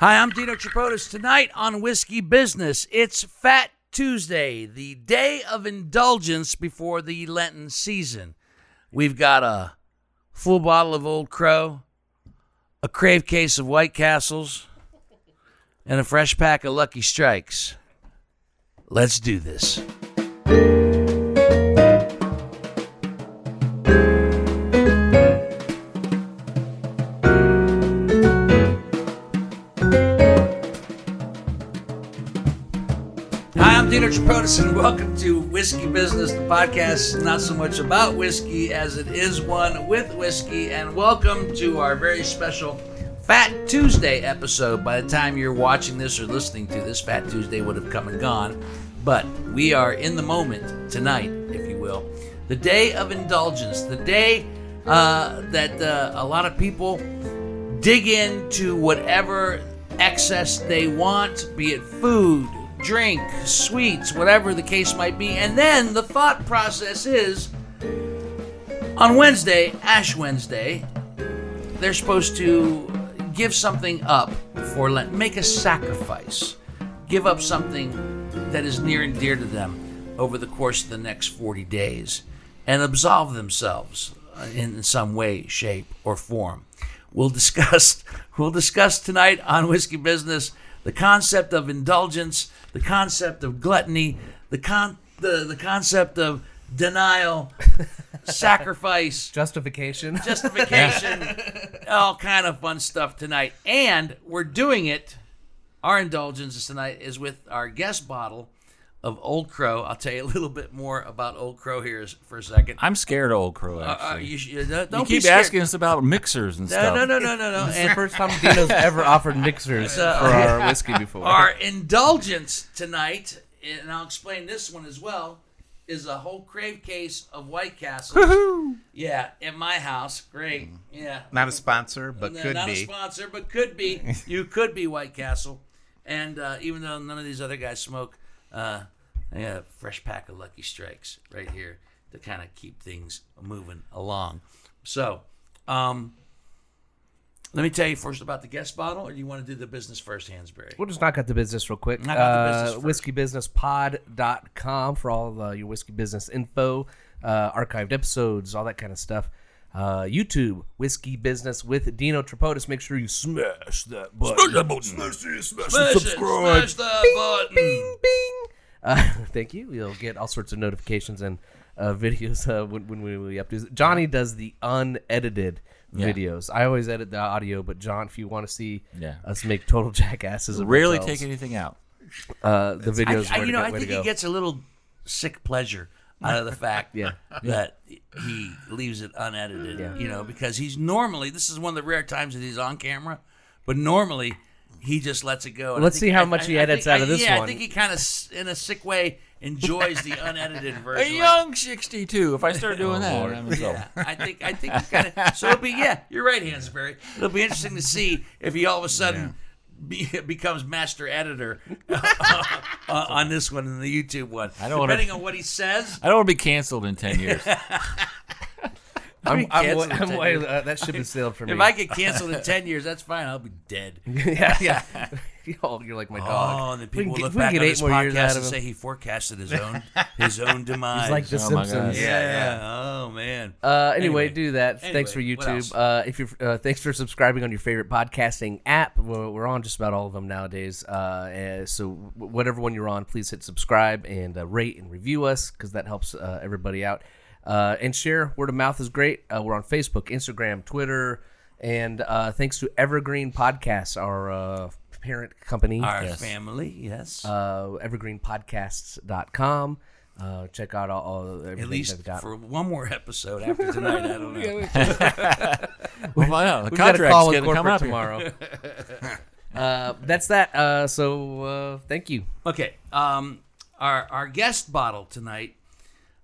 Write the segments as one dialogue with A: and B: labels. A: Hi, I'm Dino Chipotis. Tonight on Whiskey Business, it's Fat Tuesday, the day of indulgence before the Lenten season. We've got a full bottle of Old Crow, a crave case of White Castles, and a fresh pack of Lucky Strikes. Let's do this. Hi, I'm Dino Tripodis, and welcome to Whiskey Business, the podcast not so much about whiskey as it is one with whiskey. And welcome to our very special Fat Tuesday episode. By the time you're watching this or listening to this, Fat Tuesday would have come and gone. But we are in the moment tonight, if you will. The day of indulgence, the day uh, that uh, a lot of people dig into whatever excess they want, be it food, drink, sweets, whatever the case might be. And then the thought process is on Wednesday, Ash Wednesday, they're supposed to give something up for Lent, make a sacrifice, give up something that is near and dear to them over the course of the next 40 days, and absolve themselves uh, in some way, shape, or form. We'll discuss we'll discuss tonight on Whiskey Business the concept of indulgence, the concept of gluttony, the con the, the concept of denial, sacrifice,
B: justification.
A: justification, all kind of fun stuff tonight. And we're doing it. Our indulgence tonight is with our guest bottle of Old Crow. I'll tell you a little bit more about Old Crow here s- for a second.
C: I'm scared of Old Crow.
A: Uh, uh,
C: Actually,
A: you,
C: you,
A: sh- uh, don't be
C: keep
A: scared.
C: asking us about mixers and
A: No,
C: stuff.
A: no, no, no, no, no.
B: It's the
A: And
B: first time Dino's ever offered mixers
A: uh,
B: for our whiskey before.
A: our indulgence tonight, and I'll explain this one as well, is a whole crave case of White Castle. Yeah, in my house. Great. Yeah.
D: Mm. Not a sponsor, but
A: No,
D: could
A: not a
D: be.
A: sponsor, but could be. You could be White Castle, and uh, even though none of these other guys smoke, uh, I got a fresh pack of Lucky Strikes right here to kind of keep things moving along. So, um, let me tell you first about the guest bottle, or do you want to do the business first, Hansberry?
B: We'll just knock out the business real quick. Uh,
A: Knock out the
B: whiskeybusinesspod.com for all uh, your whiskey business info, uh, archived episodes, all that kind of stuff. Uh, YouTube, Whiskey Business with Dino Tripodis. Make sure you smash that button. Smash that button.
A: Smash it, Smash the button.
B: Bing. Uh, thank you. You'll get all sorts of notifications and uh, videos uh, when, when we update. Johnny does the unedited videos. I always edit the audio, but John, if you want to see
C: Yeah.
B: us make total jackasses, of
C: Rarely
B: ourselves,
C: take anything out.
B: uh, the videos.
A: I, I,
B: where
A: you
B: to
A: know,
B: go-
A: I
B: where to
A: think he
B: go.
A: gets a little sick pleasure out of the fact
B: Yeah.
A: that he leaves it unedited. You know, because he's normally this is one of the rare times that he's on camera, but normally he just lets it go. And I
B: Let's see how
A: I-
B: much
A: I-
B: he
A: I
B: edits
A: think-
B: out of
A: I-
B: this
A: yeah, I
B: one.
A: think he kind of, in a sick way, enjoys the unedited version.
C: A
A: like,
C: young 62. If I start doing that, I'm in trouble.
A: yeah, I think I think it's kind of so. It'll be yeah, you're right, Hansberry. It'll be interesting to see if he all of a sudden be, becomes master editor uh, uh, on this one and the YouTube one.
C: I don't wanna-
A: Depending on what he says,
C: I don't want to be canceled in 10 years.
B: I'm,
A: How many
B: I'm, wa-
A: kids
B: I'm
A: are
B: wa-
A: taking-
B: uh, that ship is sailed for me.
A: if I get canceled in ten years, that's fine. I'll be dead.
B: yeah, yeah. Oh, you're like my dog.
A: Oh, and then
B: We can
A: people
B: get-
A: look
B: we can
A: back
B: get
A: on
B: eight
A: his
B: more years out
A: podcast
B: of
A: and
B: him.
A: say he forecasted his own his own demise.
B: It's like The
C: Oh my God.
B: Simpsons.
A: yeah, oh man.
B: Uh, anyway, do that. thanks for
A: anyway, what else?
B: YouTube. Uh, if you're, uh, thanks for subscribing on your favorite podcasting app. We're, we're on just about all of them nowadays. Uh, uh, so wh- whatever one you're on, please hit subscribe and uh, rate and review us because that helps uh, everybody out. Uh, and share. Word of mouth is great. Uh, we're on Facebook, Instagram, Twitter, and uh, thanks to Evergreen Podcasts, our uh, parent company
A: Our family, yes.
B: uh, evergreenpodcasts.com. Uh, check out all, all everything
A: At least
B: they've got.
A: for one more episode after tonight. I don't know.
C: Well, yeah, the
B: We've got a
C: contract's
B: call with
C: going to come
B: corporate
C: up
B: tomorrow. uh, that's that. Uh, so uh, thank you.
A: Okay. Um, our our guest bottle tonight.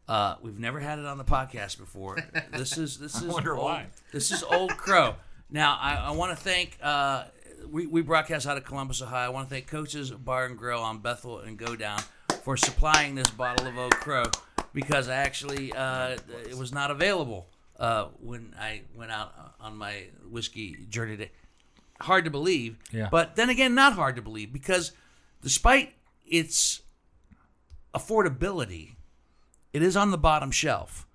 A: Uh, we've never had it on the podcast before. This is this is
C: wonder
A: old,
C: why.
A: This is Old Crow. Now I, I want to thank. Uh, we, we broadcast out of Columbus, Ohio. I want to thank Coaches Bar and Grill on Bethel and Go Down for supplying this bottle of Old Crow because I actually uh, it was not available uh, when I went out on my whiskey journey today hard to believe.
C: Yeah.
A: But then again, not hard to believe because despite its affordability, it is on the bottom shelf.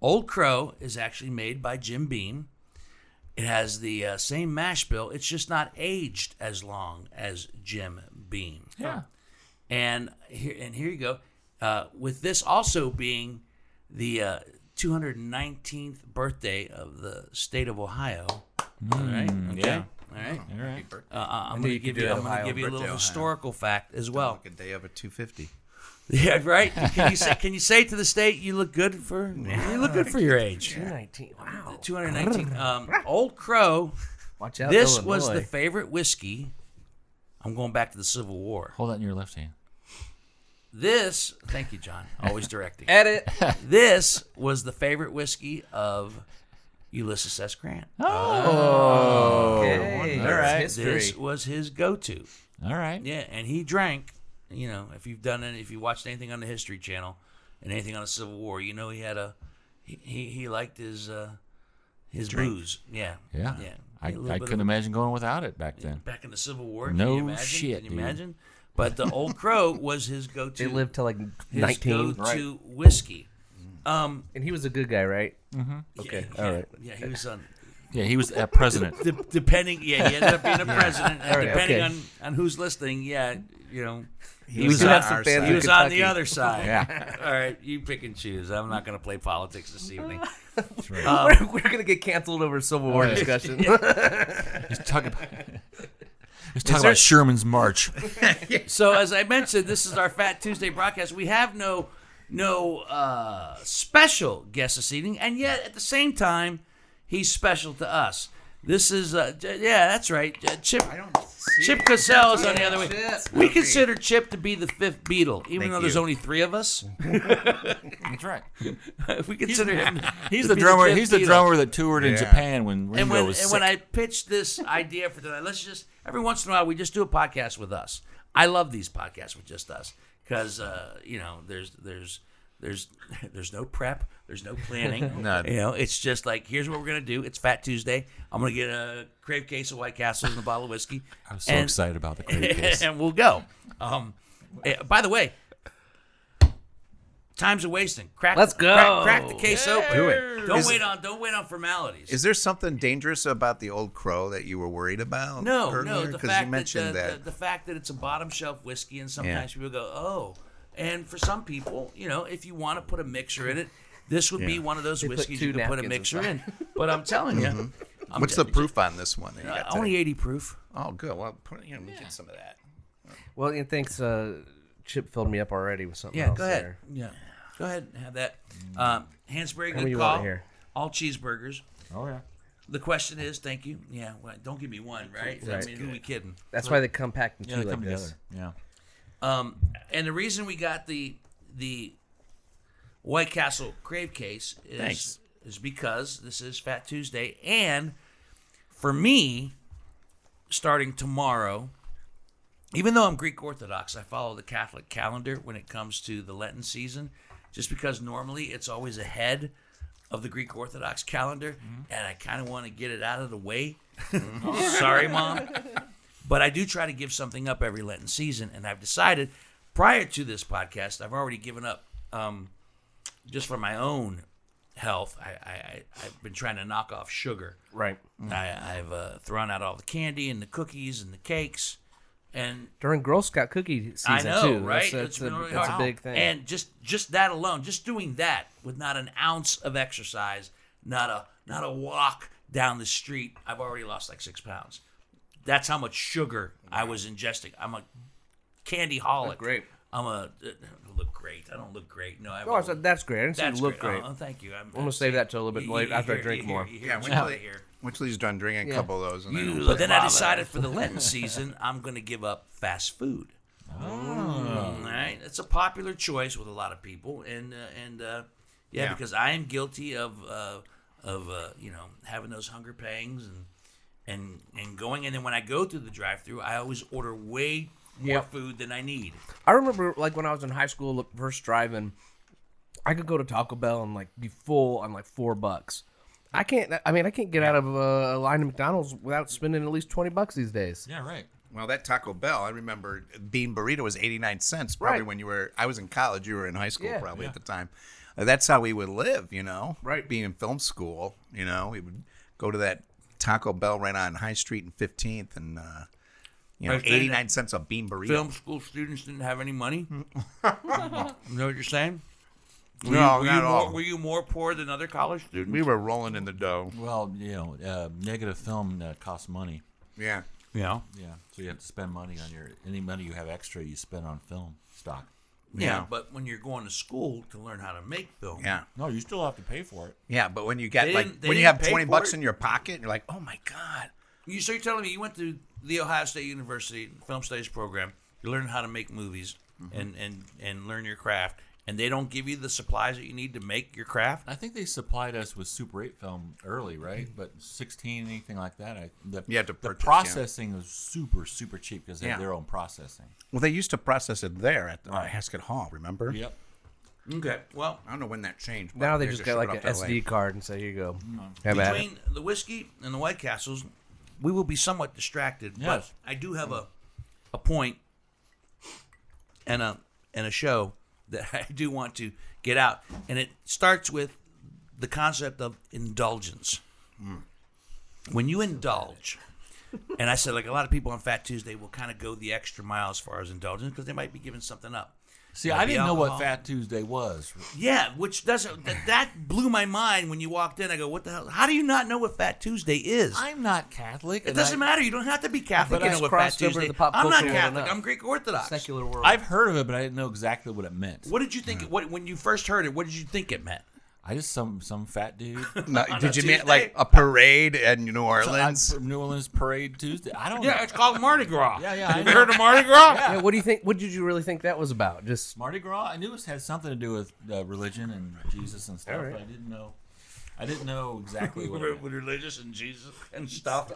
A: Old Crow is actually made by Jim Beam. It has the uh, same mash bill. It's just not aged as long as Jim Beam.
C: Yeah.
A: And here and here you go. Uh, with this also being the uh, 219th birthday of the state of Ohio. All right. Okay.
C: Mm, yeah.
A: All right.
C: All right.
A: Uh, Uh, I'm going
B: knew
A: to
B: you could
A: give
B: do
A: you.
B: it,
A: I'm going to
B: Ohio.
A: give you a little
D: Birthday, Ohio.
A: historical fact as well.
D: Like a day of a 250.
A: Yeah, right. Can you say? Can you say to the state you look good for? You look good for your age.
B: Nineteen. Wow.
A: 219. Um, Old Crow.
B: Watch out.
A: This was the
B: Illinois.
A: favorite whiskey. I'm going back to the Civil War.
C: Hold that in your left hand.
A: This, thank you, John. Always directing.
B: edit.
A: This was the favorite whiskey of Ulysses S. Grant.
B: Okay. All right.
A: Oh, This
B: History.
A: was his go-to.
C: All right.
A: Yeah, and he drank. You know, if you've done any, if you watched anything on the History Channel and anything on the Civil War, you know he had a he he, he liked his uh his booze. Yeah,
C: Yeah.
A: yeah. A
C: I,
A: little
C: I
A: bit
C: couldn't
A: of,
C: imagine going without it back then.
A: back in the Civil War.
C: No
A: can you imagine?
C: shit,
A: Can you
C: dude.
A: imagine? But the Old Crow was his
B: They
A: go-to.
B: lived till like
A: his
B: nineteen,
A: go-to whiskey. Um,
B: and he was a good guy, right? Okay,
A: yeah,
B: all right.
A: Yeah, he was on.
C: Yeah, he was uh, president.
A: De- depending, yeah, he ended up being a president. and
B: right,
A: depending
B: okay.
A: on, on who's listening, yeah, you know,
D: He
B: was on our side.
A: He was on the
B: Kentucky.
A: other side.
C: Yeah.
A: All right, you pick and choose. I'm not going to play politics this evening. Um,
B: we're, we're gonna get canceled over Civil
A: Oh,
B: War discussion.
C: He's talking about, he's talking about Sherman's March.
A: So, as I mentioned, this is our Fat Tuesday broadcast. We have no no uh, special guest this evening, and yet at the same time, he's special to us. This is uh, j- yeah, that's right. Uh, Chip
D: I don't see
A: Chip
D: it.
A: Cassell is on the other way.
B: Chip.
A: We consider Chip to be the fifth Beatle, even
D: Thank
A: though there's
D: you.
A: only three of us.
C: That's right.
A: we consider him.
C: He's
A: to
C: the
A: be
C: drummer.
A: fifth
C: He's the
A: Beatle.
C: drummer that toured in
D: Yeah.
C: Japan when Ringo
A: and when,
C: was
A: and
C: sick.
A: when I pitched this idea for tonight, let's just every once in a while we just do a podcast with us. I love these podcasts with just us because uh, you know there's there's there's there's no prep, there's no planning.
D: None.
A: You know, it's just like here's what we're gonna do. It's Fat Tuesday. I'm gonna get a crave case of White Castles and a bottle of whiskey.
C: I'm so
A: and-
C: excited about the crate case.
A: and we'll go. Um, eh, by the way, time's a wasting. Crack,
B: Let's go.
A: Crack, crack the case open.
D: Do it.
A: Don't
D: Is-
A: wait on. Don't wait on formalities.
D: Is there something dangerous about the old crow that you were worried about?
A: no, no. The
D: Because
A: fact
D: you mentioned
A: that, the,
D: that.
A: The, the fact that it's a bottom shelf whiskey, and sometimes people go, oh. And for some people, you know, if you want to put a mixer in it, this would be
D: Yeah.
A: one of those whiskeys
B: two
A: you can put a
B: napkins
A: mixer in.
B: inside.
A: But I'm telling you, I'm
D: What's the proof on this one? that you
A: t-
D: got
A: only
D: today?
A: 80 proof.
D: Oh, good. Well, put, you know, we get some of that.
B: well, and thanks. Uh, Chip filled me up already with something.
A: Yeah,
B: else
A: go ahead.
B: there.
A: Yeah, go ahead and have that.
D: Mm.
A: Um, Hansberry,
B: many
A: good
B: you
A: call.
B: want here?
A: All cheeseburgers.
C: Oh yeah.
A: The question is, thank you. Yeah, well, don't give me one, right? I
B: Right.
A: mean, who are we kidding?
B: That's why they come packed in
C: Yeah,
B: two
C: they come
B: like
C: together.
B: this.
C: Yeah.
A: Um, and the reason we got the the White Castle crave case is
D: Thanks.
A: is because this is Fat Tuesday, and for me, starting tomorrow, even though I'm Greek Orthodox, I follow the Catholic calendar when it comes to the Lenten season, just because normally it's always ahead of the Greek Orthodox calendar, and I kind of want to get it out of the way. Sorry, mom. But I do try to give something up every Lenten season, and I've decided prior to this podcast, I've already given up um, just for my own health. I, I, I, I've been trying to knock off sugar.
B: Right.
A: I, I've uh, thrown out all the candy and the cookies and the cakes, and
B: During Girl Scout cookie season
A: I know,
B: too.
A: right?
B: That's, that's
A: It's
B: a,
A: been really
B: that's a
A: hard.
B: big thing.
A: And just just that alone, just doing that with not an ounce of exercise, not a not a walk down the street, I've already lost like six pounds. That's how much sugar I was ingesting. I'm a candy holic.
B: great.
A: I'm a uh, look great. I don't look great. No, I
B: Oh, I said that's great. I didn't say
A: that's
B: you look great.
A: Oh, thank you. I'm, I'm
B: gonna save that till a little bit later after I drink more.
D: Yeah,
A: Yeah,
D: wait till, wait till he's done drinking a couple of those. And then,
A: But then I decided for the Lenten season, I'm going to give up fast food.
D: Oh.
A: All right, it's a popular choice with a lot of people, and uh, and uh, yeah,
D: Yeah.
A: because I am guilty of uh, of uh, you know having those hunger pangs and and and going, and then when I go through the drive-through, I always order way more
B: Yep.
A: food than I need.
B: I remember like when I was in high school, look, first driving, I could go to Taco Bell and like be full on like four bucks. I can't. I mean, I can't get out of uh, a line of McDonald's without spending at least twenty bucks these days.
C: Yeah, right.
D: well, that Taco Bell, I remember bean burrito was 89 cents probably
B: Right.
D: when you were, I was in college, you were in high school
B: Yeah.
D: probably at the time. Uh, that's how we would live, you know?
B: Right.
D: Being in film school, you know, we would go to that Taco Bell right on High Street and 15th and, uh, you know,
A: Right, they-
D: 89 cents a bean burrito.
A: Film school students didn't have any money. you know what you're saying? Were
D: Mm. No,
A: you, were
D: not
A: you
D: all.
A: More, were you more poor than other college students?
D: We were rolling in the dough.
C: Well, you know, uh, negative film uh, costs money.
D: Yeah.
A: Yeah.
C: Yeah, so you have to spend money on your any money you have extra you spend on film stock.
A: Yeah,
D: Yeah.
A: but when you're going to school to learn how to make film,
D: Yeah.
C: No, you still have to pay for it.
D: Yeah, but when you get
A: They
D: like
A: didn't- they
D: when you
A: didn't
D: have
A: pay
D: 20
A: for
D: bucks
A: it.
D: in your pocket, you're like, "Oh my god."
A: you so you're telling me you went to the Ohio State University Film Studies program, you learn how to make movies and and and learn your craft, and they don't give you the supplies that you need to make your craft.
C: I think they supplied us with Super 8 film early, right? But 16, anything like that. I, the,
D: You had to
C: the
D: purchase, yeah.
C: processing was super, super cheap because they
D: Yeah.
C: have their own processing.
D: Well, they used to process it there at the uh, Haskett Hall, remember?
C: Yep.
A: Okay, well,
D: I don't know when that changed. but
B: Now they
D: they
B: just got like an
D: showed up that
B: SD
D: late.
B: card and say, "Here you go." Have at it.
A: between the whiskey and the White Castles, we will be somewhat distracted.
C: Yes.
A: But I do have a a point and a and a show that I do want to get out, and it starts with the concept of indulgence. When you indulge, and I said like a lot of people on Fat Tuesday will kind of go the extra mile as far as indulgence because they might be giving something up.
C: See,
A: Might
C: I
A: be
C: didn't know what
A: alcohol.
C: Fat Tuesday was.
A: Yeah, which doesn't that, that blew my mind when you walked in. I go, what the hell? How do you not know what Fat Tuesday is?
C: I'm not Catholic.
A: It doesn't matter. You don't have to be Catholic.
B: But
A: You
B: I
A: know what Fat
B: crossed over to
A: Tuesday.
B: the pop
A: I'm not
B: culture world
A: Catholic.
B: enough.
A: I'm Greek Orthodox.
B: Secular world.
C: I've heard of it, but I didn't know exactly what it meant.
A: What did you think? What when you first heard it? What did you think it meant?
C: I just some some fat dude.
D: No, did you mean
A: Tuesday?
D: like a parade in New
C: I-
D: Orleans?
C: New Orleans Parade Tuesday. I don't know.
A: it's called Mardi Gras.
C: Yeah, yeah, I
A: You heard of Mardi Gras?
B: yeah, what do you think? What did you really think that was about? Just
C: Mardi Gras. I knew it had something to do with uh, religion and Jesus and stuff.
B: All right.
C: But I didn't know. I didn't know exactly what.
A: With-
C: It
A: With religious and Jesus and stuff.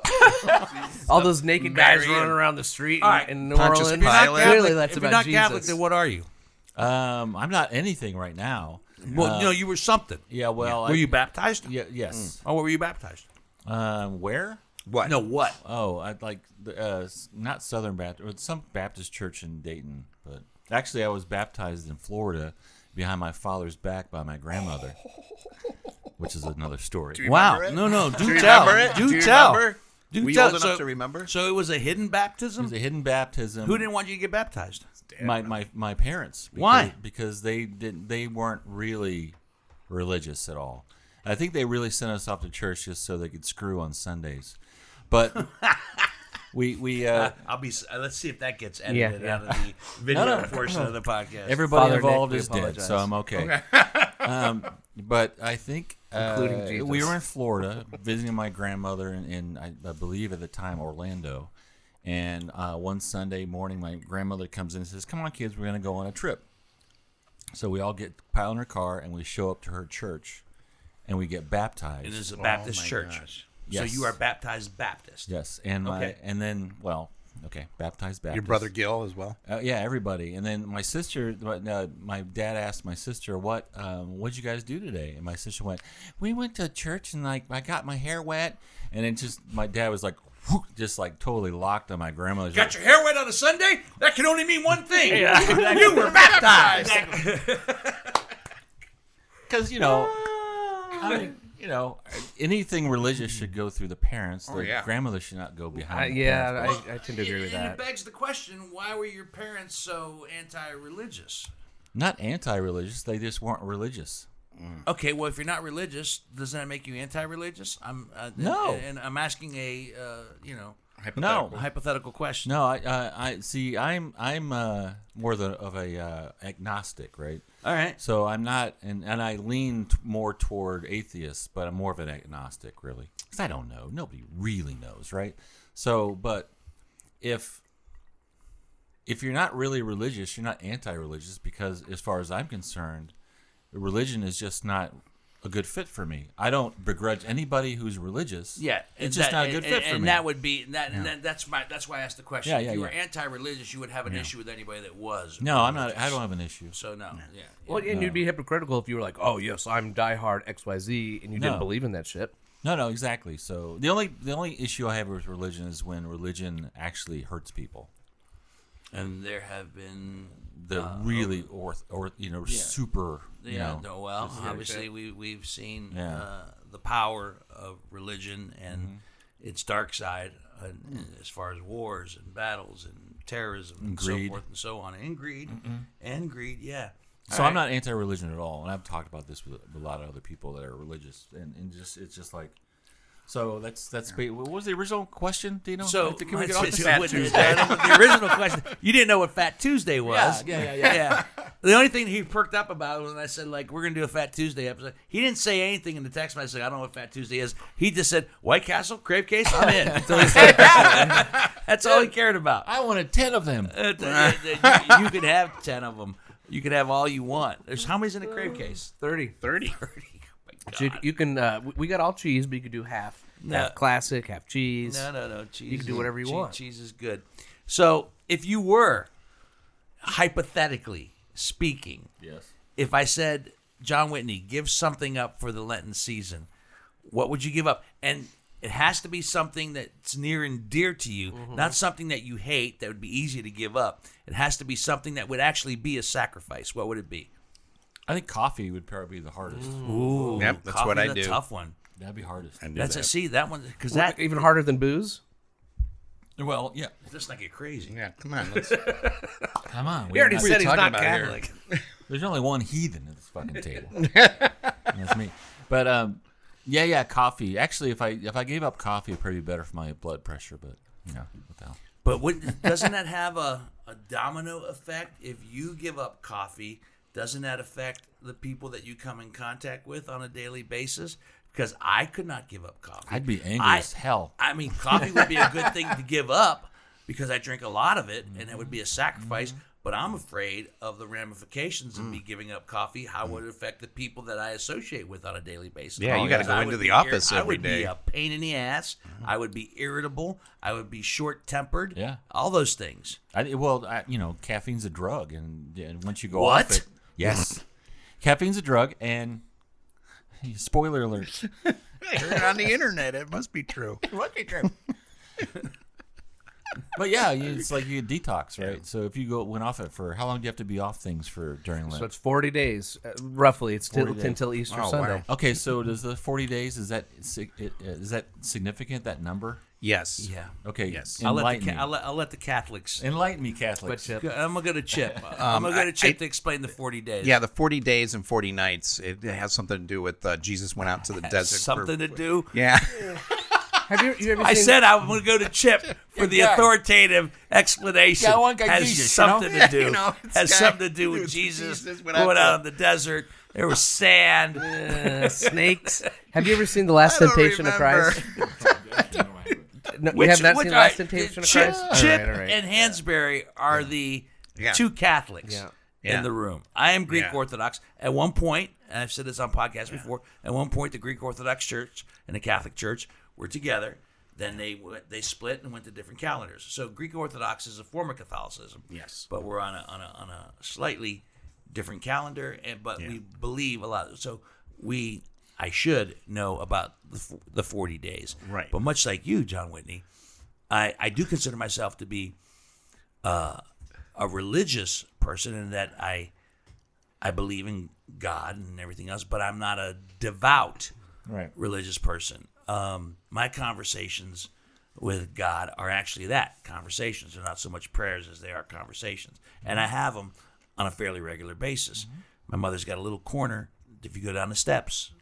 B: all those naked guys
A: Marion.
B: running around the street in,
A: All right,
B: in New
D: Pontius
B: Orleans.
D: Pilate. Catholic-
B: Clearly, that's
A: if
B: about
A: you're not
B: Jesus.
A: Catholic, then what are you?
C: meant. um, I'm not anything right now.
A: Well, you know, you were something.
C: Yeah. Well.
A: Were
C: I,
A: you baptized?
C: Yeah. Yes.
A: Oh, where were you baptized?
D: Hmm.
C: Um, where?
D: What?
A: No, what?
C: Oh, I'd like the, uh, s- not Southern Baptist, or some Baptist church in Dayton. But actually, I was baptized in Florida, behind my father's back by my grandmother, which is another story.
D: you
A: Wow.
D: remember
A: No,
D: it?
A: no. Do,
D: you
A: tell.
D: remember it?
A: Do,
D: Do you
A: tell.
D: remember?
A: Do
D: Were you
A: tell.
D: old
A: so,
D: enough to remember?
A: So it was a hidden baptism.
C: It was a hidden baptism.
A: Who didn't want you to get baptized?
C: my my, my parents. Because,
A: Why?
C: Because they didn't. They weren't really religious at all. I think they really sent us off to church just so they could screw on Sundays. But we we uh,
A: I'll be. s- uh, Let's see if that gets edited
B: yeah.
A: out of the video
C: No, no.
A: portion of the podcast.
C: everybody
B: Father
C: involved
B: Nick, we
C: is dead,
B: apologize.
C: so I'm okay. um, but I think uh,
B: Including Jesus.
C: we were in Florida visiting my grandmother in, in I, I believe at the time Orlando. And uh, one Sunday morning, my grandmother comes in and says, "Come on, kids, we're going to go on a trip." So we all get pile in her car and we show up to her church, and we get baptized.
A: It is a Baptist
D: my
A: church.
D: gosh.
A: So
C: Yes.
A: you are baptized Baptist.
C: yes, and my
A: Okay.
C: and then well, okay, baptized Baptist.
D: Your brother Gil as well.
C: Uh, yeah, everybody. And then my sister, uh, my dad asked my sister, "What, um, what'd you guys do today?" And my sister went, "We went to church and like I got my hair wet." And then just my dad was like, whoop, just like totally locked on my grandmother's.
A: Got your hair wet on a Sunday? That can only mean one thing. You were baptized.
C: because you know, I mean, you know, anything religious should go through the parents. The
D: yeah.
C: grandmother should not go behind.
B: Uh,
C: the
B: yeah,
C: parents.
B: I, I tend to agree with
A: And it
B: that.
A: begs the question: Why were your parents so anti-religious?
C: not anti-religious. They just weren't religious.
A: Okay, well, if you're not religious, doesn't that make you anti-religious? I'm uh,
C: No.
A: and, and I'm asking a uh, you know
D: Hypothetical.
A: Hypothetical question.
C: No, I, uh, I see. I'm I'm uh, more the, of a uh, agnostic, right?
A: All right.
C: So I'm not, and, and I lean t- more toward atheists, but I'm more of an agnostic, really, because I don't know. Nobody really knows, right? So, but if if you're not really religious, you're not anti-religious, because as far as I'm concerned, religion is just not a good fit for me. I don't begrudge anybody who's religious.
A: Yeah,
C: it's just
A: that-
C: not a good
A: and-
C: fit for
A: and
C: me.
A: that would be and that, and that- that's my that's why I asked the question.
C: Yeah, yeah,
A: if you were
C: yeah.
A: anti-religious, you would have an issue with anybody that was.
C: no, I'm not. I don't have an issue.
A: So no, yeah.
B: Well, and you'd be hypocritical if you were like, "Oh yes, I'm diehard XYZ," and you didn't
C: No.
B: believe in that shit.
C: No, no, exactly. So the only the only issue I have with religion is when religion actually hurts people.
A: And there have been
C: The really or or you know super you
A: Uh, oh. yeah,
C: know
A: no, well, obviously we we've seen
C: Yeah.
A: uh, the power of religion and
C: Mm-hmm.
A: its dark side uh, as far as wars and battles and terrorism and, so
C: greed. Mm-hmm.
A: forth and so on and greed and greed, yeah.
C: So I'm not anti-religion at all, and I've talked about this with a lot of other people that are religious, and, and just it's just like. So that's that's ba- what was the original question, Dino?
A: So
C: Oh, can we
A: let's
C: get off this?
A: just- with- with the original question, you didn't know what Fat Tuesday was.
C: yeah, yeah,
A: yeah. The only thing he perked up about was when I said like we're gonna do a Fat Tuesday episode. He didn't say anything in the text message. I don't know what Fat Tuesday is. He just said White Castle, crave case. I'm in. That's all he said. That's all he cared about.
C: I wanted ten of them.
A: Uh, th- th- th- you- you can have ten of them. You can have all you want. There's how many's in a crave case?
B: Thirty.
D: 30.
B: Dude, you can. Uh, w- we got all cheese, but you could do half,
A: No.
B: half classic, half cheese.
A: No, no, no. Cheese.
B: You can do
A: is-
B: whatever you
A: che-
B: want.
A: Cheese is good. So if you were hypothetically speaking,
C: Yes.
A: if I said, John Whitney, give something up for the Lenten season, what would you give up? And it has to be something that's near and dear to you,
B: Mm-hmm.
A: not something that you hate that would be easy to give up. It has to be something that would actually be a sacrifice. What would it be?
C: I think coffee would probably be the hardest.
A: Mm. Ooh,
D: Yep, that's what
A: coffee's
D: I
A: a
D: do.
A: Tough one.
C: That'd be hardest.
D: I knew
A: That's a
D: that.
A: see that one because
B: That
A: that
B: even harder than booze.
C: Well, yeah.
A: just like get crazy.
D: Yeah, come on. Let's,
C: Come on.
B: He already
D: What are you
B: said he's
D: talking
B: not
D: about here?
B: Catholic.
C: There's only one heathen at this fucking table. And that's me. But um, yeah, yeah, coffee. Actually, if I if I gave up coffee, it'd probably be better for my blood pressure. But you know, what the hell?
A: But would doesn't that have a, a domino effect? If you give up coffee, doesn't that affect the people that you come in contact with on a daily basis? Because I could not give up coffee.
C: I'd be angry
A: I-
C: as hell.
A: I mean, coffee would be a good thing to give up because I drink a lot of it, and it would be a sacrifice.
C: Mm-hmm.
A: But I'm afraid of the ramifications of me
C: Mm.
A: giving up coffee. How would it affect the people that I associate with on a daily basis?
D: Yeah, you gotta
A: Because
D: go
A: I
D: into
A: would
D: the
A: be
D: office
A: I
D: every
A: would
D: day.
A: Be a pain in the ass. I would be irritable. I would be short tempered.
C: Yeah.
A: all those things.
C: I, well, I, you know, caffeine's a drug, and and once you go
A: What?
C: off it, yes, caffeine's a drug, and spoiler alert.
D: I heard it on the internet. It must be true.
C: But yeah, you, it's like you detox, right? So if you go went off it for how long do you have to be off things for during Lent?
B: So it's forty days, uh, roughly. It's till
C: 40 days.
B: until Easter
D: Oh,
B: Sunday.
D: wow.
C: okay, so does the forty days is that sig- it- is that significant? That number?
D: Yes.
A: Yeah,
C: Okay.
D: Yes.
A: I'll let,
C: Enlighten
A: the,
C: me.
A: Ca- I'll, let, I'll let the Catholics.
C: Enlighten me, Catholics.
B: But uh,
A: I'm gonna go to Chip. I'm gonna go to
D: Um, I-
A: Chip
D: I-
A: to explain the 40 days.
D: Yeah, the 40 days and 40 nights. It has something to do with uh, Jesus went out to the desert. for-
A: something to do.
D: Yeah.
B: have you, you ever?
A: I
B: seen-
A: said I'm going to go to Chip for the
C: Yeah.
A: authoritative explanation.
C: Yeah, I wanna go
A: has
C: Jesus, you
A: something
C: know?
A: to do.
D: You know, it's
A: has
D: got-
A: something to do with
D: it's
A: Jesus,
D: Jesus went out
A: going out
D: to-
A: in the desert. There was sand.
B: Uh, snakes. Have you ever seen the Last
D: I don't
B: Temptation of
D: remember.
B: Christ? No, you
A: Which-
B: have not
A: which
B: seen the
A: I-
B: Last Temptation of
A: Chip,
B: Christ. All
A: Chip
B: right, all right.
A: and Hansberry are the
D: Yeah.
A: two Catholics
D: Yeah.
A: in the room. I am Greek
D: Yeah.
A: Orthodox. At one point, and I've said this on podcasts before. At one point, the Greek Orthodox Church and the Catholic Church were together. Then they went- they split and went to different calendars. So Greek Orthodox is a form of Catholicism.
D: Yes.
A: but we're on a on a, on a slightly different calendar, and but we believe a lot. So we. I should know about the, f- the 40 days.
D: Right.
A: But much like you, John Whitney, I, I do consider myself to be uh, a religious person in that I I believe in God and everything else, but I'm not a devout
C: Right.
A: religious person. Um, my conversations with God are actually that conversations. They're not so much prayers as they are conversations, and I have them on a fairly regular basis. My mother's got a little corner. If you go down the steps,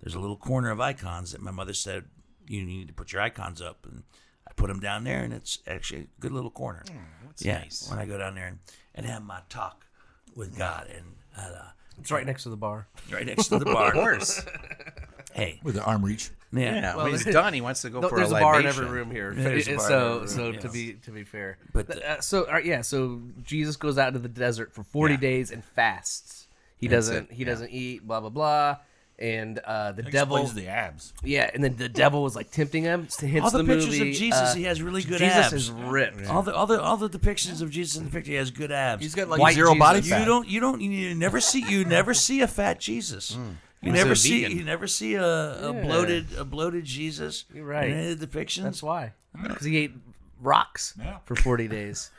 A: there's a little corner of icons that my mother said you need to put your icons up, and I put them down there, and it's actually a good little corner. yeah, when I go down there and, and have my talk with God, and uh,
B: It's right next to the bar.
A: right next to the bar. of course. Hey,
C: With an arm reach.
A: man.
D: Yeah, when he's done, he wants to go
B: No,
D: for
B: there's
D: a
B: a,
D: libation.
B: bar in every room here.
A: There's a bar in
B: so,
A: every
B: so
A: room,
B: to
A: yes.
B: be to be fair,
A: But,
B: Th- uh, so all right, yeah, so Jesus goes out into the desert for forty days and fasts. He doesn't. He doesn't eat. Blah blah blah. And uh, the devil,
C: Explains the abs.
B: yeah, and then the devil was like tempting him. so Hence
A: All the, pictures
B: movie,
A: of Jesus,
B: uh,
A: he has really good
B: Jesus
A: abs.
B: is ripped.
A: all the all the all the depictions of Jesus in the picture, he has good abs.
C: He's got like
B: White
C: zero body
B: Jesus.
C: fat.
A: You don't. You don't. You never see. You never see a fat Jesus. You
D: He's
A: never
D: a
A: see.
D: vegan.
A: You never see a, a
B: Yeah.
A: bloated a bloated Jesus.
B: You're right.
A: In any of the depictions.
B: That's why. Because he ate rocks
C: Yeah.
B: for 40 days.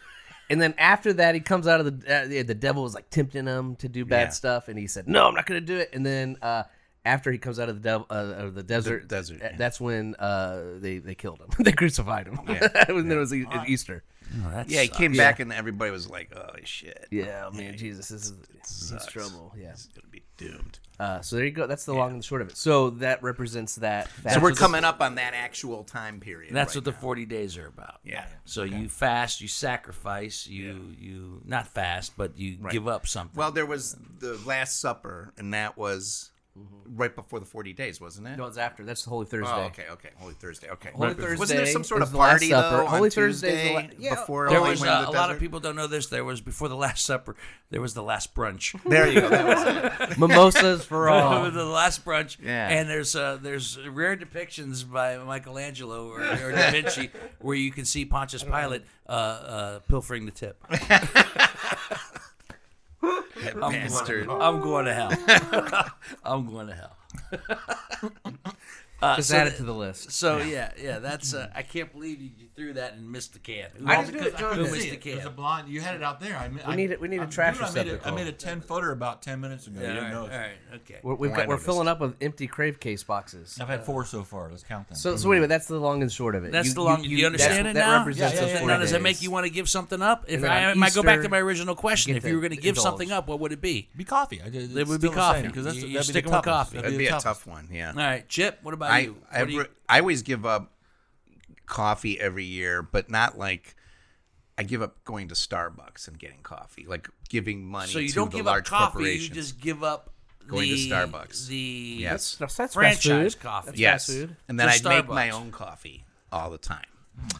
B: And then after that, he comes out of the. Uh, yeah, the devil was like tempting him to do bad
D: Yeah.
B: stuff, and he said, "No, I'm not going to do it." And then uh, after he comes out of the devil, uh, of the desert,
D: desert,
B: th-
D: yeah.
B: that's when uh, they they killed him. they crucified him. when there was E- Easter.
A: Oh, that
D: Yeah, he
A: sucks.
D: came back and everybody was like, "Oh shit,
B: Yeah, man, Jesus, this is this is
D: sucks.
B: trouble. Yeah.
D: he's gonna be doomed."
B: Uh, so there you go. That's the long and the short of it. So that represents that.
D: so we're
B: fascist-
D: coming up on that actual time period.
A: That's
D: right
A: what the forty days are about.
D: Yeah.
A: So you fast, you sacrifice, you you not fast, but you give up something.
D: Well, there was the Last Supper, and that was right before the 40 days, wasn't it?
B: Mm-hmm. No, it's after. That's the Holy Thursday.
D: oh, okay, okay. Holy Thursday. Okay.
B: Holy
D: Wasn't there
B: Thursday
D: some sort
B: is
D: of
B: the Last
D: party,
B: Supper.
D: though, on
B: Holy Thursday is the
D: Tuesday
B: la- yeah,
D: before
A: there
D: Holy
A: was
D: Wind
A: uh,
D: of
A: a
D: the
A: lot of
D: Desert?
A: people don't know this. There was before the Last Supper, there was the Last Brunch.
D: There you go. That was it.
B: Mimosas for all.
A: the last brunch.
D: Yeah.
A: And there's uh, there's rare depictions by Michelangelo or, or Da Vinci where you can see Pontius Pilate uh, uh, pilfering the tip. I'm
D: bastard.
A: going, I'm going to hell. I'm going to hell.
B: Just
A: so
B: add it
A: the-
B: to the list.
A: So yeah, yeah, that's. Uh, I can't believe you threw that and missed the can. Who,
B: I didn't do it, John
A: who
B: did.
A: missed the can?
C: There's a blind. You had it out there. I, we
B: need it- we need a trash
C: I made, a, I
B: receptacle.
C: made a ten footer about ten minutes ago. you
A: all,
C: didn't
A: right,
C: know.
A: all
C: it.
A: right, okay.
B: We're, we've
D: Oh, I
B: got, we're
D: noticed.
B: filling up with empty Crave case boxes.
C: I've had four so far. Let's count them.
B: So, so anyway, that's the long and short of it.
A: That's the long. You, understand
B: that's-
A: it now?
B: That represents
C: Yeah, yeah,
B: those
C: yeah.
B: four
A: Now, does that make
B: days.
A: you want to give something up? If
B: then
A: I,
B: on
A: I might go back to
B: Easter,
A: my original question,
B: get
A: if
B: the-
A: you were going to
B: the
A: give
B: indulge.
A: something up, what would it be?
C: be coffee. I, it
A: would be coffee.
C: because
A: You- you're
C: that's that'd be the
A: sticking with
C: toughest.
A: coffee.
C: That'd
D: That'd
C: be
D: be
C: the
D: a
C: toughest.
D: tough one, yeah.
A: All right, Chip. What about
D: I
A: you? What
D: I,
A: do you-
D: re- I always give up coffee every year, but not like I give up going to Starbucks and getting coffee, like giving money.
A: so you
D: to
A: don't
D: the
A: give up
D: large
A: coffee. You
D: corporations.
A: just give up
D: Going to
A: the-
D: Starbucks.
A: The
D: yes,
B: That's, that's fast
A: franchise
B: food.
A: coffee.
D: yes,
B: food.
D: and then I
A: Just
D: would make my
A: Starbucks.
D: own coffee all the time.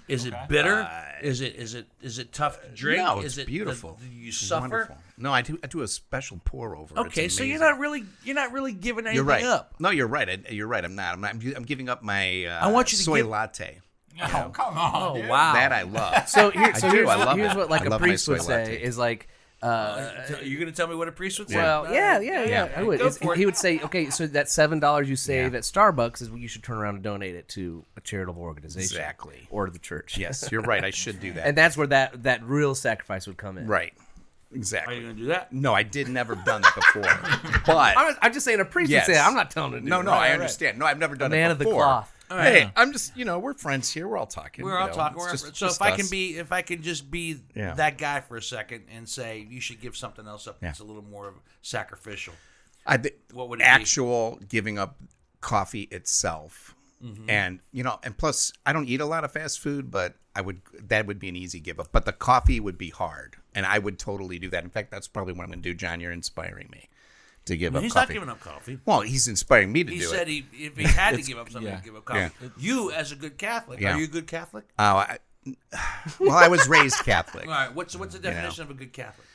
A: Is it bitter? is it is it is it tough to drink?
D: Uh, No, it's
A: is it the-
D: beautiful.
A: the- you
D: It's
A: suffer.
D: Wonderful. No, I do. I do a special pour over. It's
A: Okay, so you're
D: amazing.
A: not really you're not really giving anything
D: You're right.
A: up.
D: No, you're right. I, you're right. I'm not. I'm not. I'm, gi- I'm giving up my. Uh,
A: I want you to
D: soy
A: give-
D: latte.
C: Oh, come on. dude.
A: wow.
D: That I love.
B: So, here, so
D: do,
B: here's,
D: I love
B: here's
D: it.
B: what like
D: I
B: a
D: love my
B: priest would
D: soy
B: say
D: latte.
B: is like, uh,
A: you're gonna tell me what a priest would say?
B: well, yeah, yeah, yeah, I would.
A: Go
B: It's-
A: for it.
B: he would say, okay, so that seven dollars you save at Starbucks is you should turn around and donate it to a charitable organization,
D: Exactly.
B: or the church.
D: Yes, you're right. I should do that.
B: and that's where that that real sacrifice would come in.
D: right.
A: Are you
D: Exactly.
A: gonna do that?
D: No, I did never have done that before. but
B: I'm, I'm just saying a priest
D: Yes.
B: would say, it. I'm not telling him. to do
D: no,
B: it.
D: no, I understand. No, I've never done
B: man
D: it
B: of the
D: before.
B: cloth.
D: Hey, I'm just you know we're friends here. We're all talking.
A: We're
D: you
A: all
D: know,
A: talking.
D: it's
A: We're
D: just-
A: so
D: just
A: if I can
D: us.
A: be, if I can just be
D: Yeah.
A: that guy for a second and say you should give something else up that's a little more sacrificial.
D: I think
A: What would it be?
D: actual giving up coffee itself,
A: Mm-hmm.
D: and you know, and plus I don't eat a lot of fast food, but I would that would be an easy give up. But the coffee would be hard, and I would totally do that. In fact, that's probably what I'm going to do. John, you're inspiring me to give up
A: He's
D: coffee.
A: not giving up coffee.
D: well, he's inspiring me to
A: He
D: do
A: said
D: it.
A: he if he had to give up something,
C: yeah.
A: he'd give up coffee. You, as a good Catholic,
D: Yeah.
A: are you a good Catholic?
D: Oh, I, well, I was raised Catholic.
A: All right. What's what's the definition of a good Catholic?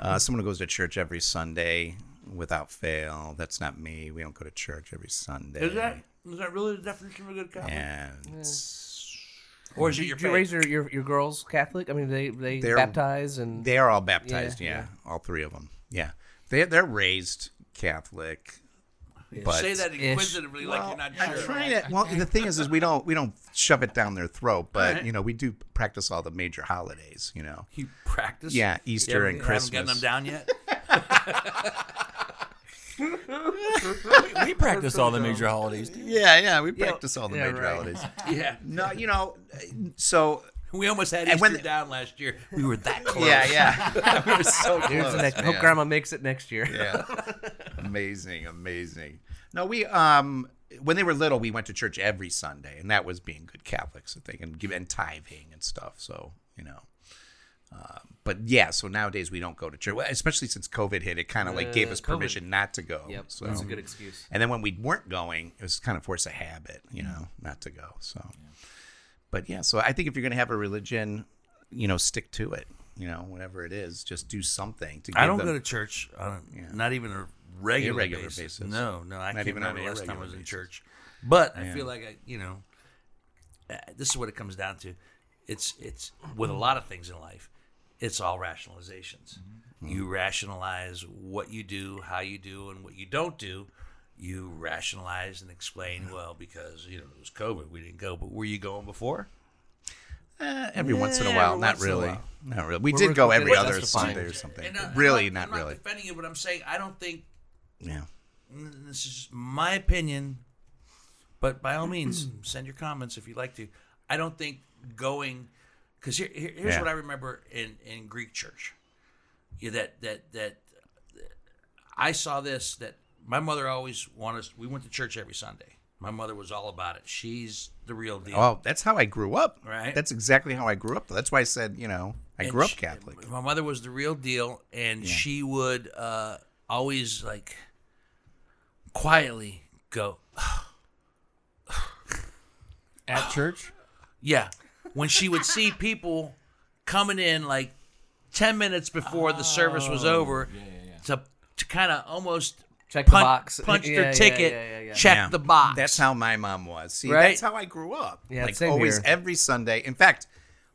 D: Uh, someone who goes to church every Sunday without fail. That's not me. We don't go to church every Sunday.
A: Is that is that really the definition of a good Catholic?
D: And it's-
A: Or is it your
B: Did you
A: faith?
B: raise your, your, your girls Catholic? I mean, they they
D: They're-
B: baptize and
D: they are all baptized.
B: Yeah,
D: Yeah, all three of them. Yeah, they they're raised Catholic. But
A: say that inquisitively, like you're not
D: I'm
A: sure.
D: trying to. Well, the thing is, is we don't we don't shove it down their throat, but you know we do practice all the major holidays. You know.
A: You practice.
D: Yeah, Easter and
A: Haven't gotten them
D: Christmas.
A: down yet.
C: We practice all the major holidays. dude.
D: Yeah, yeah, we practice all the
B: yeah,
D: major
B: right.
D: holidays.
A: yeah.
D: No, you know, so
A: We almost had
D: And when
A: Easter
D: the-
A: down last year. We were that close.
D: yeah, yeah, we were so close.
B: Here's the next- oh,
D: man.
B: hope Grandma makes it next year.
D: yeah amazing amazing no we um when they were little, we went to church every Sunday, and that was being good Catholics, I think, and give and tithing and stuff. So you know, uh, but yeah. So nowadays we don't go to church, Well, especially since COVID hit. It kind of like gave
B: Yeah,
D: us
B: Uh, COVID.
D: permission not to go.
B: Yep,
D: So.
B: that's a good excuse.
D: And then when we weren't going, it was kind of force a habit, you know, not to go. So, but yeah, so I think if you're going to have a religion, you know, stick to it. You know, whatever it is, just do something. To give
A: I don't
D: them-
A: go to church on a, not even a regular,
D: Irregular
A: basis.
D: basis.
A: No, no, I can't
D: even on
A: remember
D: an
A: last time I
D: irregular
A: was in
D: basis.
A: church. But I feel like I, you know, uh, this is what it comes down to. It's it's with a lot of things in life, it's all rationalizations.
D: Mm-hmm.
A: You rationalize what you do, how you do, and what you don't do. You rationalize and explain. Well, because you know it was COVID, we didn't go. But were you going before?
D: Eh, every once in a
A: Yeah,
D: while,
A: every
D: not
A: once in a
D: really,
A: while.
D: not really. We did go every
A: we're
D: other
B: justifying.
D: Sunday or something.
A: And I- I'm
D: really,
A: I'm
D: not, really.
A: not defending it, but I'm saying I don't think
D: Yeah.
A: and this is just my opinion, but by all means, send your comments if you'd like to. I don't think going because here, here- here's
D: Yeah.
A: what I remember in in Greek church, yeah, that that that I saw this that my mother always wanted us. We went to church every Sunday. My mother was all about it. She's the real deal.
D: Oh, that's how I grew up.
A: Right.
D: That's exactly how I grew up. That's why I said, you know, I
A: And
D: grew up
A: she-
D: Catholic.
A: My mother was the real deal, and she would uh, always like quietly go,
C: At church?
A: Yeah. When she would see people coming in like 10 minutes before the service was over to to kind of almost
B: Check the
A: punch,
B: box.
A: punch
B: Yeah,
A: their
B: yeah,
A: ticket,
B: yeah, yeah, yeah.
A: check
D: Yeah.
A: the box.
D: That's how my mom was. See,
A: Right?
D: that's how I grew up.
B: Yeah,
D: like
B: same
D: always
B: here.
D: every Sunday. In fact,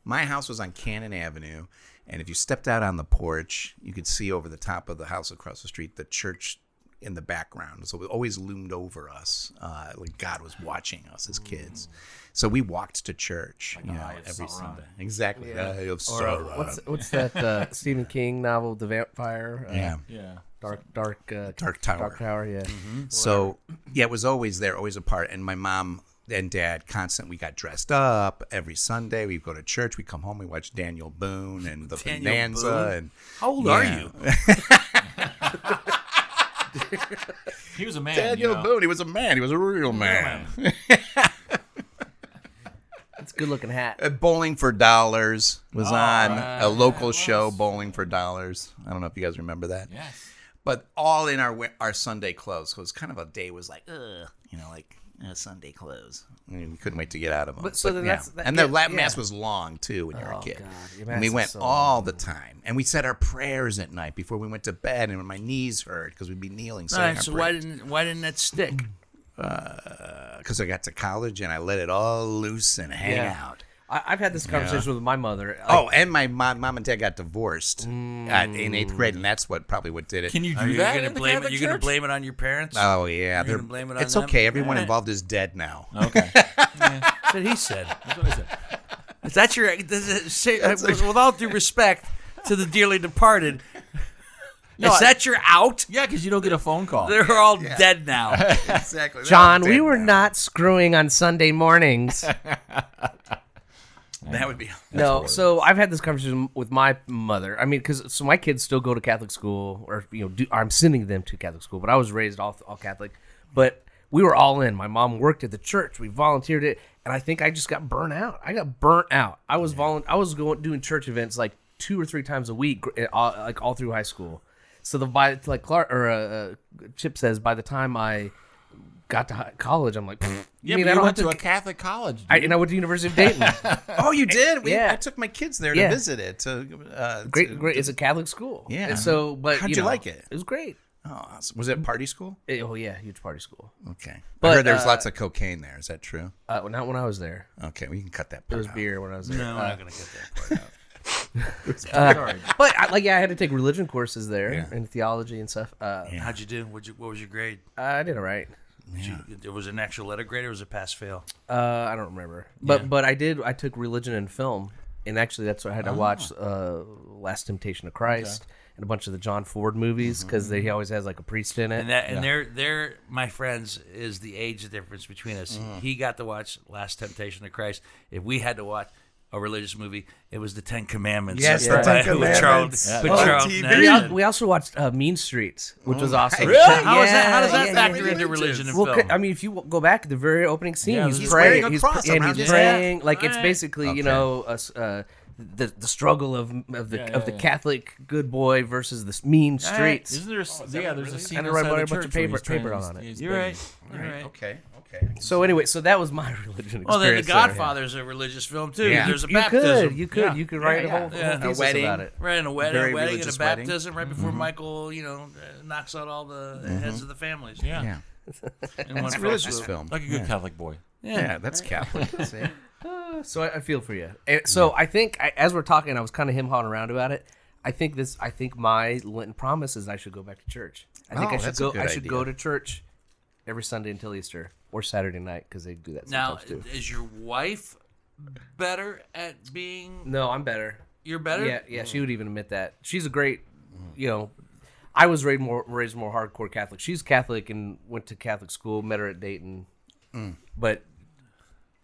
D: my house was on Cannon Avenue, and if you stepped out on the porch, you could see over the top of the house across the street the church in the background. So it always loomed over us, uh, like God was watching us as kids. So we walked to church you know, every Sunday. Exactly. The eye of Sauron.
B: What's what's that uh, Stephen King novel, The Vampire? Uh,
D: yeah.
C: Yeah.
B: Dark Dark uh,
D: Dark Tower.
B: Dark Tower. Yeah.
A: Mm-hmm.
D: So yeah, it was always there, always a part. And my mom and dad constant. We got dressed up every Sunday. We go to church. We come home. We watch Daniel Boone and the
A: Daniel
D: Bonanza.
A: Boone?
D: And
A: how old
D: Yeah.
C: He was a man.
D: Daniel
C: you know.
D: Boone, he was a man. He was a real man.
B: It's a good looking hat.
D: Uh, Bowling for Dollars was
B: Oh,
D: on a local show. Bowling for Dollars. I don't know if you guys remember that.
C: Yes.
D: But all in our wi- our Sunday clothes. So it was kind of a day. Was like, ugh, you know, like. uh, Sunday clothes. I mean, we couldn't wait to get out of them.
B: But- so then that's- that-
D: and the
B: yeah,
D: Latin
B: yeah.
D: mass was long too when you were
B: Oh,
D: a kid.
B: God. Your
D: And
B: mass
D: we
B: is
D: went
B: so
D: all the time, and we said our prayers at night before we went to bed, and when my knees hurt because we'd be kneeling.
A: All right, so why didn't why didn't that stick?
D: Because I got to college and I let it all loose and hang
B: Yeah.
D: out.
B: I, I've had this conversation with my mother. Like,
D: Oh, and my mom, mom and dad got divorced at, in eighth grade, and that's what probably what did it.
C: Can you do
A: Are you
C: that?
A: gonna
C: in the
A: blame it?
C: Catholic
A: You're gonna
C: church?
A: blame it on your parents?
D: Oh yeah,
A: You're
D: they're-
A: gonna blame it on
D: it's
A: them?
D: okay. Everyone
A: Alright.
D: involved is dead now.
C: Okay.
A: That's what he said.
C: That's what I said.
A: Is that your? Does it say, with, with all due respect to the dearly departed, is that your out?
C: Yeah, because you don't get a phone call.
A: They're all dead now.
D: exactly,
B: John, we were not screwing on Sunday mornings.
D: That would be
B: no, so I've had this conversation with my mother. I mean, because so my kids still go to Catholic school, or you know, do, I'm sending them to Catholic school, but I was raised all, all Catholic. But we were all in. My mom worked at the church. We volunteered it, and I think I just got burnt out. I got burnt out. I was volun- I was going doing church events like two or three times a week, gr- eh, all, like all through high school. So the by like Clark or uh, uh, Chip says, by the time I got to hi- college, I'm like, "Pfft,
C: yeah,
B: I mean,
C: but
B: I
C: you
B: don't
C: went
B: have
C: to a
B: to.
C: Catholic college. Dude.
B: I, and I went to University of Dayton.
D: Oh, you did? We,
B: Yeah.
D: I took my kids there
B: Yeah.
D: to visit it. To, uh, to-
B: great, great. It's a Catholic school.
D: Yeah.
B: And so, but
D: How'd
B: you,
D: you
B: know,
D: like it?
B: It was great.
D: oh, awesome. was it party school?
B: It- oh yeah, huge party school.
D: Okay.
B: But,
D: I heard there's
B: uh,
D: lots of cocaine there. Is that true?
B: Uh, well, not when I was there.
D: Okay, we can cut that
B: It
D: part
B: was
D: out.
B: beer when I was there. Uh,
A: No, we're not gonna get that part out.
C: Sorry.
B: But I, like, yeah, I had to take religion courses there
D: Yeah.
B: and theology and stuff. Uh,
A: How'd you do? What'd you, what was your grade?
B: I did all right.
A: Did You, there was an actual letter grade, or was it pass fail?
B: Uh, I don't remember, but but I did. I took religion and film, and actually, that's what I had to watch.
D: Oh.
B: Uh, Last Temptation of Christ and a bunch of the John Ford
D: Mm-hmm,
B: movies because he always has like a priest in it.
A: And that, and they're they're my friends is
B: Mm-hmm.
A: the age difference between us. He got to watch Last Temptation of Christ. If we had to watch, a religious movie. It was the Ten Commandments.
D: Yes, the
A: by-
D: Ten
A: with Charles-
D: Commandments
A: with
D: on
A: Charles
D: TV.
A: Nelson.
B: We, al- we also watched uh, Mean Streets, which was awesome.
D: Really?
A: How, is that, how does that
B: yeah, yeah.
A: factor into religion and
B: Well,
A: film?
B: c- I mean, if you w- go back to the very opening scene,
C: Yeah,
B: he's,
C: he's
B: praying.
D: wearing a
B: he's
D: cross
B: and
D: around
B: he's
D: his head.
B: praying. Like it's
A: Alright.
B: basically, you know, us, uh, the the struggle of of the
C: Yeah,
B: of the
C: yeah, yeah.
B: Catholic good boy versus the mean
A: All right.
B: streets.
C: Isn't there? a s-
A: Oh,
C: yeah, there's a scene
B: And I
C: inside
B: wrote
C: the
B: a bunch of
C: church where
B: paper-
C: he's trying
B: paper
C: to-
B: on it.
C: he's
A: You're
C: begging.
A: right. You're right.
D: Okay. Okay.
B: so anyway, so that was my religion.
A: Well, Oh, then The
B: experience there.
A: Godfather is a religious film too.
D: Yeah.
A: There's a
B: You
A: baptism.
B: could, you could, you could write
D: yeah,
B: a whole,
D: yeah.
B: whole
D: A
B: thesis
D: wedding.
B: about it. Mm-hmm.
A: Right, and a wedding,
D: Very
A: wedding and a
D: religious wedding.
A: baptism right before Michael, you know, uh, knocks out all the heads of the families.
C: Yeah.
D: Yeah.
A: in
D: That's
A: one
D: a
A: fell
D: religious
A: swoop.
D: film.
C: Like a good Catholic boy.
D: Yeah, that's Catholic. See?
B: So I, I feel for you. Uh, So I think I, as we're talking, I was kind of him hawing around about it. I think this. I think my Lenten promise is I should go back to church. I think
D: Oh,
B: I should
D: that's a
B: go.
D: good
B: I should
D: idea.
B: go to church every Sunday until Easter or Saturday night because they do that
A: Now,
B: sometimes too.
A: is your wife better at being?
B: No, I'm better.
A: You're better.
B: Yeah, yeah.
D: Mm.
B: She would even admit that. She's a great. You know, I was raised more raised more hardcore Catholic. She's Catholic and went to Catholic school. Met her at Dayton,
D: Mm.
B: but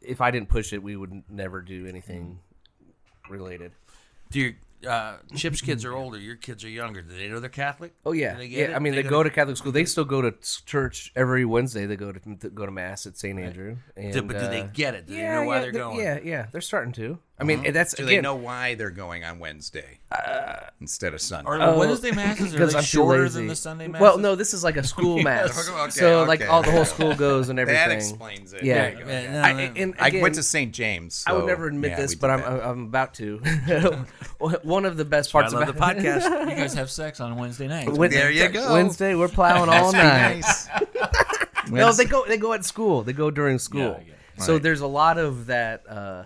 B: if I didn't push it, we would never do anything
D: Mm.
B: related.
A: Do your uh, Chip's kids are older. Your kids are younger. Do they know they're Catholic?
B: Oh yeah,
A: Do they
B: yeah.
A: get it?
B: I mean, they,
A: go
B: go to Catholic school. They still go to s- church every Wednesday. They go to, to go to mass at St. Andrew. And,
A: Do- but do
B: uh,
A: they get it? Do
B: yeah,
A: they know why
B: yeah,
A: they're going?
B: Yeah, yeah. They're starting to. I mean, and that's
D: Do
B: again, Uh,
D: they know why they're going on Wednesday instead of Sunday?
C: Are
B: Oh,
C: the Wednesday masses are
B: because
C: they
B: I'm too
C: shorter
B: lazy.
C: than the Sunday masses?
B: Well, no, this is like a school mass.
D: okay,
B: so like
D: okay.
B: all the whole school goes and everything.
D: that explains it.
B: Yeah.
D: There you go.
A: Yeah, no,
B: I,
A: no.
B: and
D: I
B: again,
D: went to St. James.
B: I would
D: so-
B: never admit
D: Yeah,
B: this,
D: we did
B: but I'm
D: that.
B: I'm about to. One of the best parts
A: I love
B: about
A: the podcast.
C: you guys have sex on Wednesday night.
B: Wed-
D: There you go.
B: Wednesday, we're plowing all night.
D: nice.
B: No, they go. They go at school. They go during school.
C: yeah.
B: So there's a lot of that uh,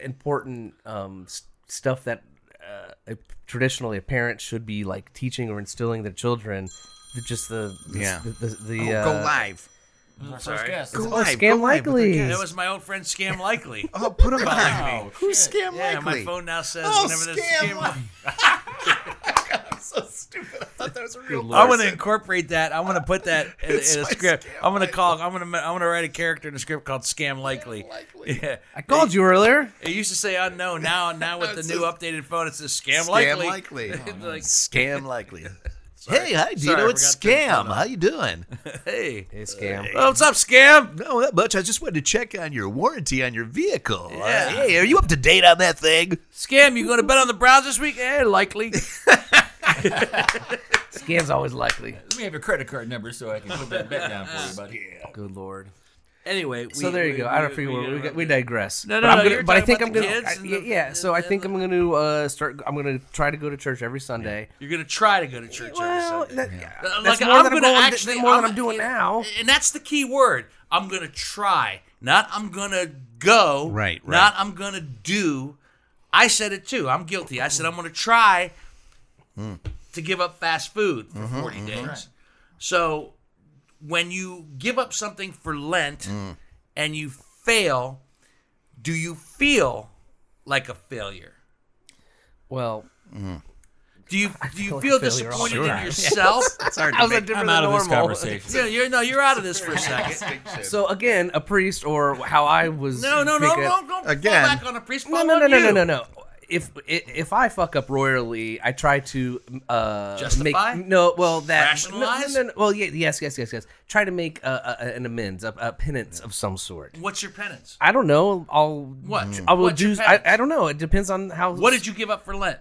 B: important um, s- stuff that uh, a- traditionally a parent should be like teaching or instilling their children. The- Just the
D: Yeah.
B: the, the, the
D: Oh,
B: uh, Oh,
D: go live.
C: Our first
A: Sorry.
C: guest.
D: Go
C: It's-
E: Oh,
D: live.
B: Scam
D: go live with the
B: Likely.
D: kids.
A: that was my old friend Scam Likely.
D: Oh, put him behind me. Who's Scam
A: yeah, my
D: Likely?
A: phone now says
D: Oh,
A: whenever this
D: Scam
A: Scam
D: Likely. I'm so stupid. I thought that was a real
A: I want to
D: person.
A: incorporate that. I want to put that in, in a
D: It's my
A: script.
D: Scam
A: I'm going to call. I'm going to. I'm going to write a character in a script called Scam Likely.
D: Likely.
A: Yeah,
B: I called you earlier.
A: it used to say unknown. Now, now with the
D: It's
A: new
D: just-
A: updated phone, it says Scam,
D: Scam
A: Likely.
D: likely.
A: Like,
D: Scam likely. Hey, hi,
A: Sorry, I forgot to turn that
E: How you doing?
A: hey,
B: Hey, scam.
A: Oh, what's up, Scam?
E: No, not much. I just wanted to check on your warranty on your vehicle. Uh,
A: Yeah.
E: hey, are you up to date on that thing?
A: Scam, you going to bet on the Browns this week? Eh, likely.
B: Uh, Scam's always likely.
C: Let me have your credit card number so I can put that bet down for you, buddy.
B: Good lord.
A: Anyway, we,
B: so there you
A: we-
B: go.
A: we-
B: I don't forget where we,
A: interrupted.
B: got, we digress.
A: No,
B: But
A: no,
B: I'm
A: no,
B: gonna-
A: you were
B: But I
A: talking
B: think I'm
A: about the
B: gonna.
A: kids
B: I-
A: and
B: yeah,
A: the-
B: yeah. So I
A: and
B: think
A: the-
B: I'm gonna uh, start. I'm gonna try to go to church every Sunday.
A: You're going to try to go to church
B: Well,
A: every Sunday.
B: that,
A: Uh,
B: that's
A: like,
B: more
A: I'm
B: than I'm
A: gonna
B: going-
A: actually-
B: that's more than
A: I'm-
B: I'm doing now.
A: And that's the key word. I'm going to try. Not I'm going to go.
D: Right, right.
A: Not I'm going to do. I said it too. I'm guilty. I said I'm going to try to give up fast food for
B: Mm-hmm,
A: 40 days. So when you give up something for Lent
B: Mm.
A: and you fail, do you feel like a failure?
B: Well,
A: Do you do you
B: like
A: feel
B: a failure all
A: disappointed
B: the
A: in yourself?
D: It's hard to
B: how's
D: make-
B: that different
C: I'm
B: than
C: out of this
B: normal?
C: conversation.
A: yeah, you're no, you're out of this for a second.
B: So again, a priest or how I was.
A: No, no, no,
B: thinking-
A: no, don't
D: Again.
A: fall back on a priest.
B: no,
A: fall
B: no, no,
A: on
B: no,
A: you.
B: no, no, no. If i- if I fuck up royally, I try to uh,
A: Justify?
B: Make, no, well that
A: Rationalize?
B: No, no, no, no. Well, yeah, yes, yes, yes, yes. Try to make a, a, an amends, a, a penance of some sort.
A: What's your penance?
B: I don't know. I'll
A: What?
B: I will
A: What's your
B: do. I,
A: penance?
B: I don't know. It depends on how.
A: What did you give up for Lent?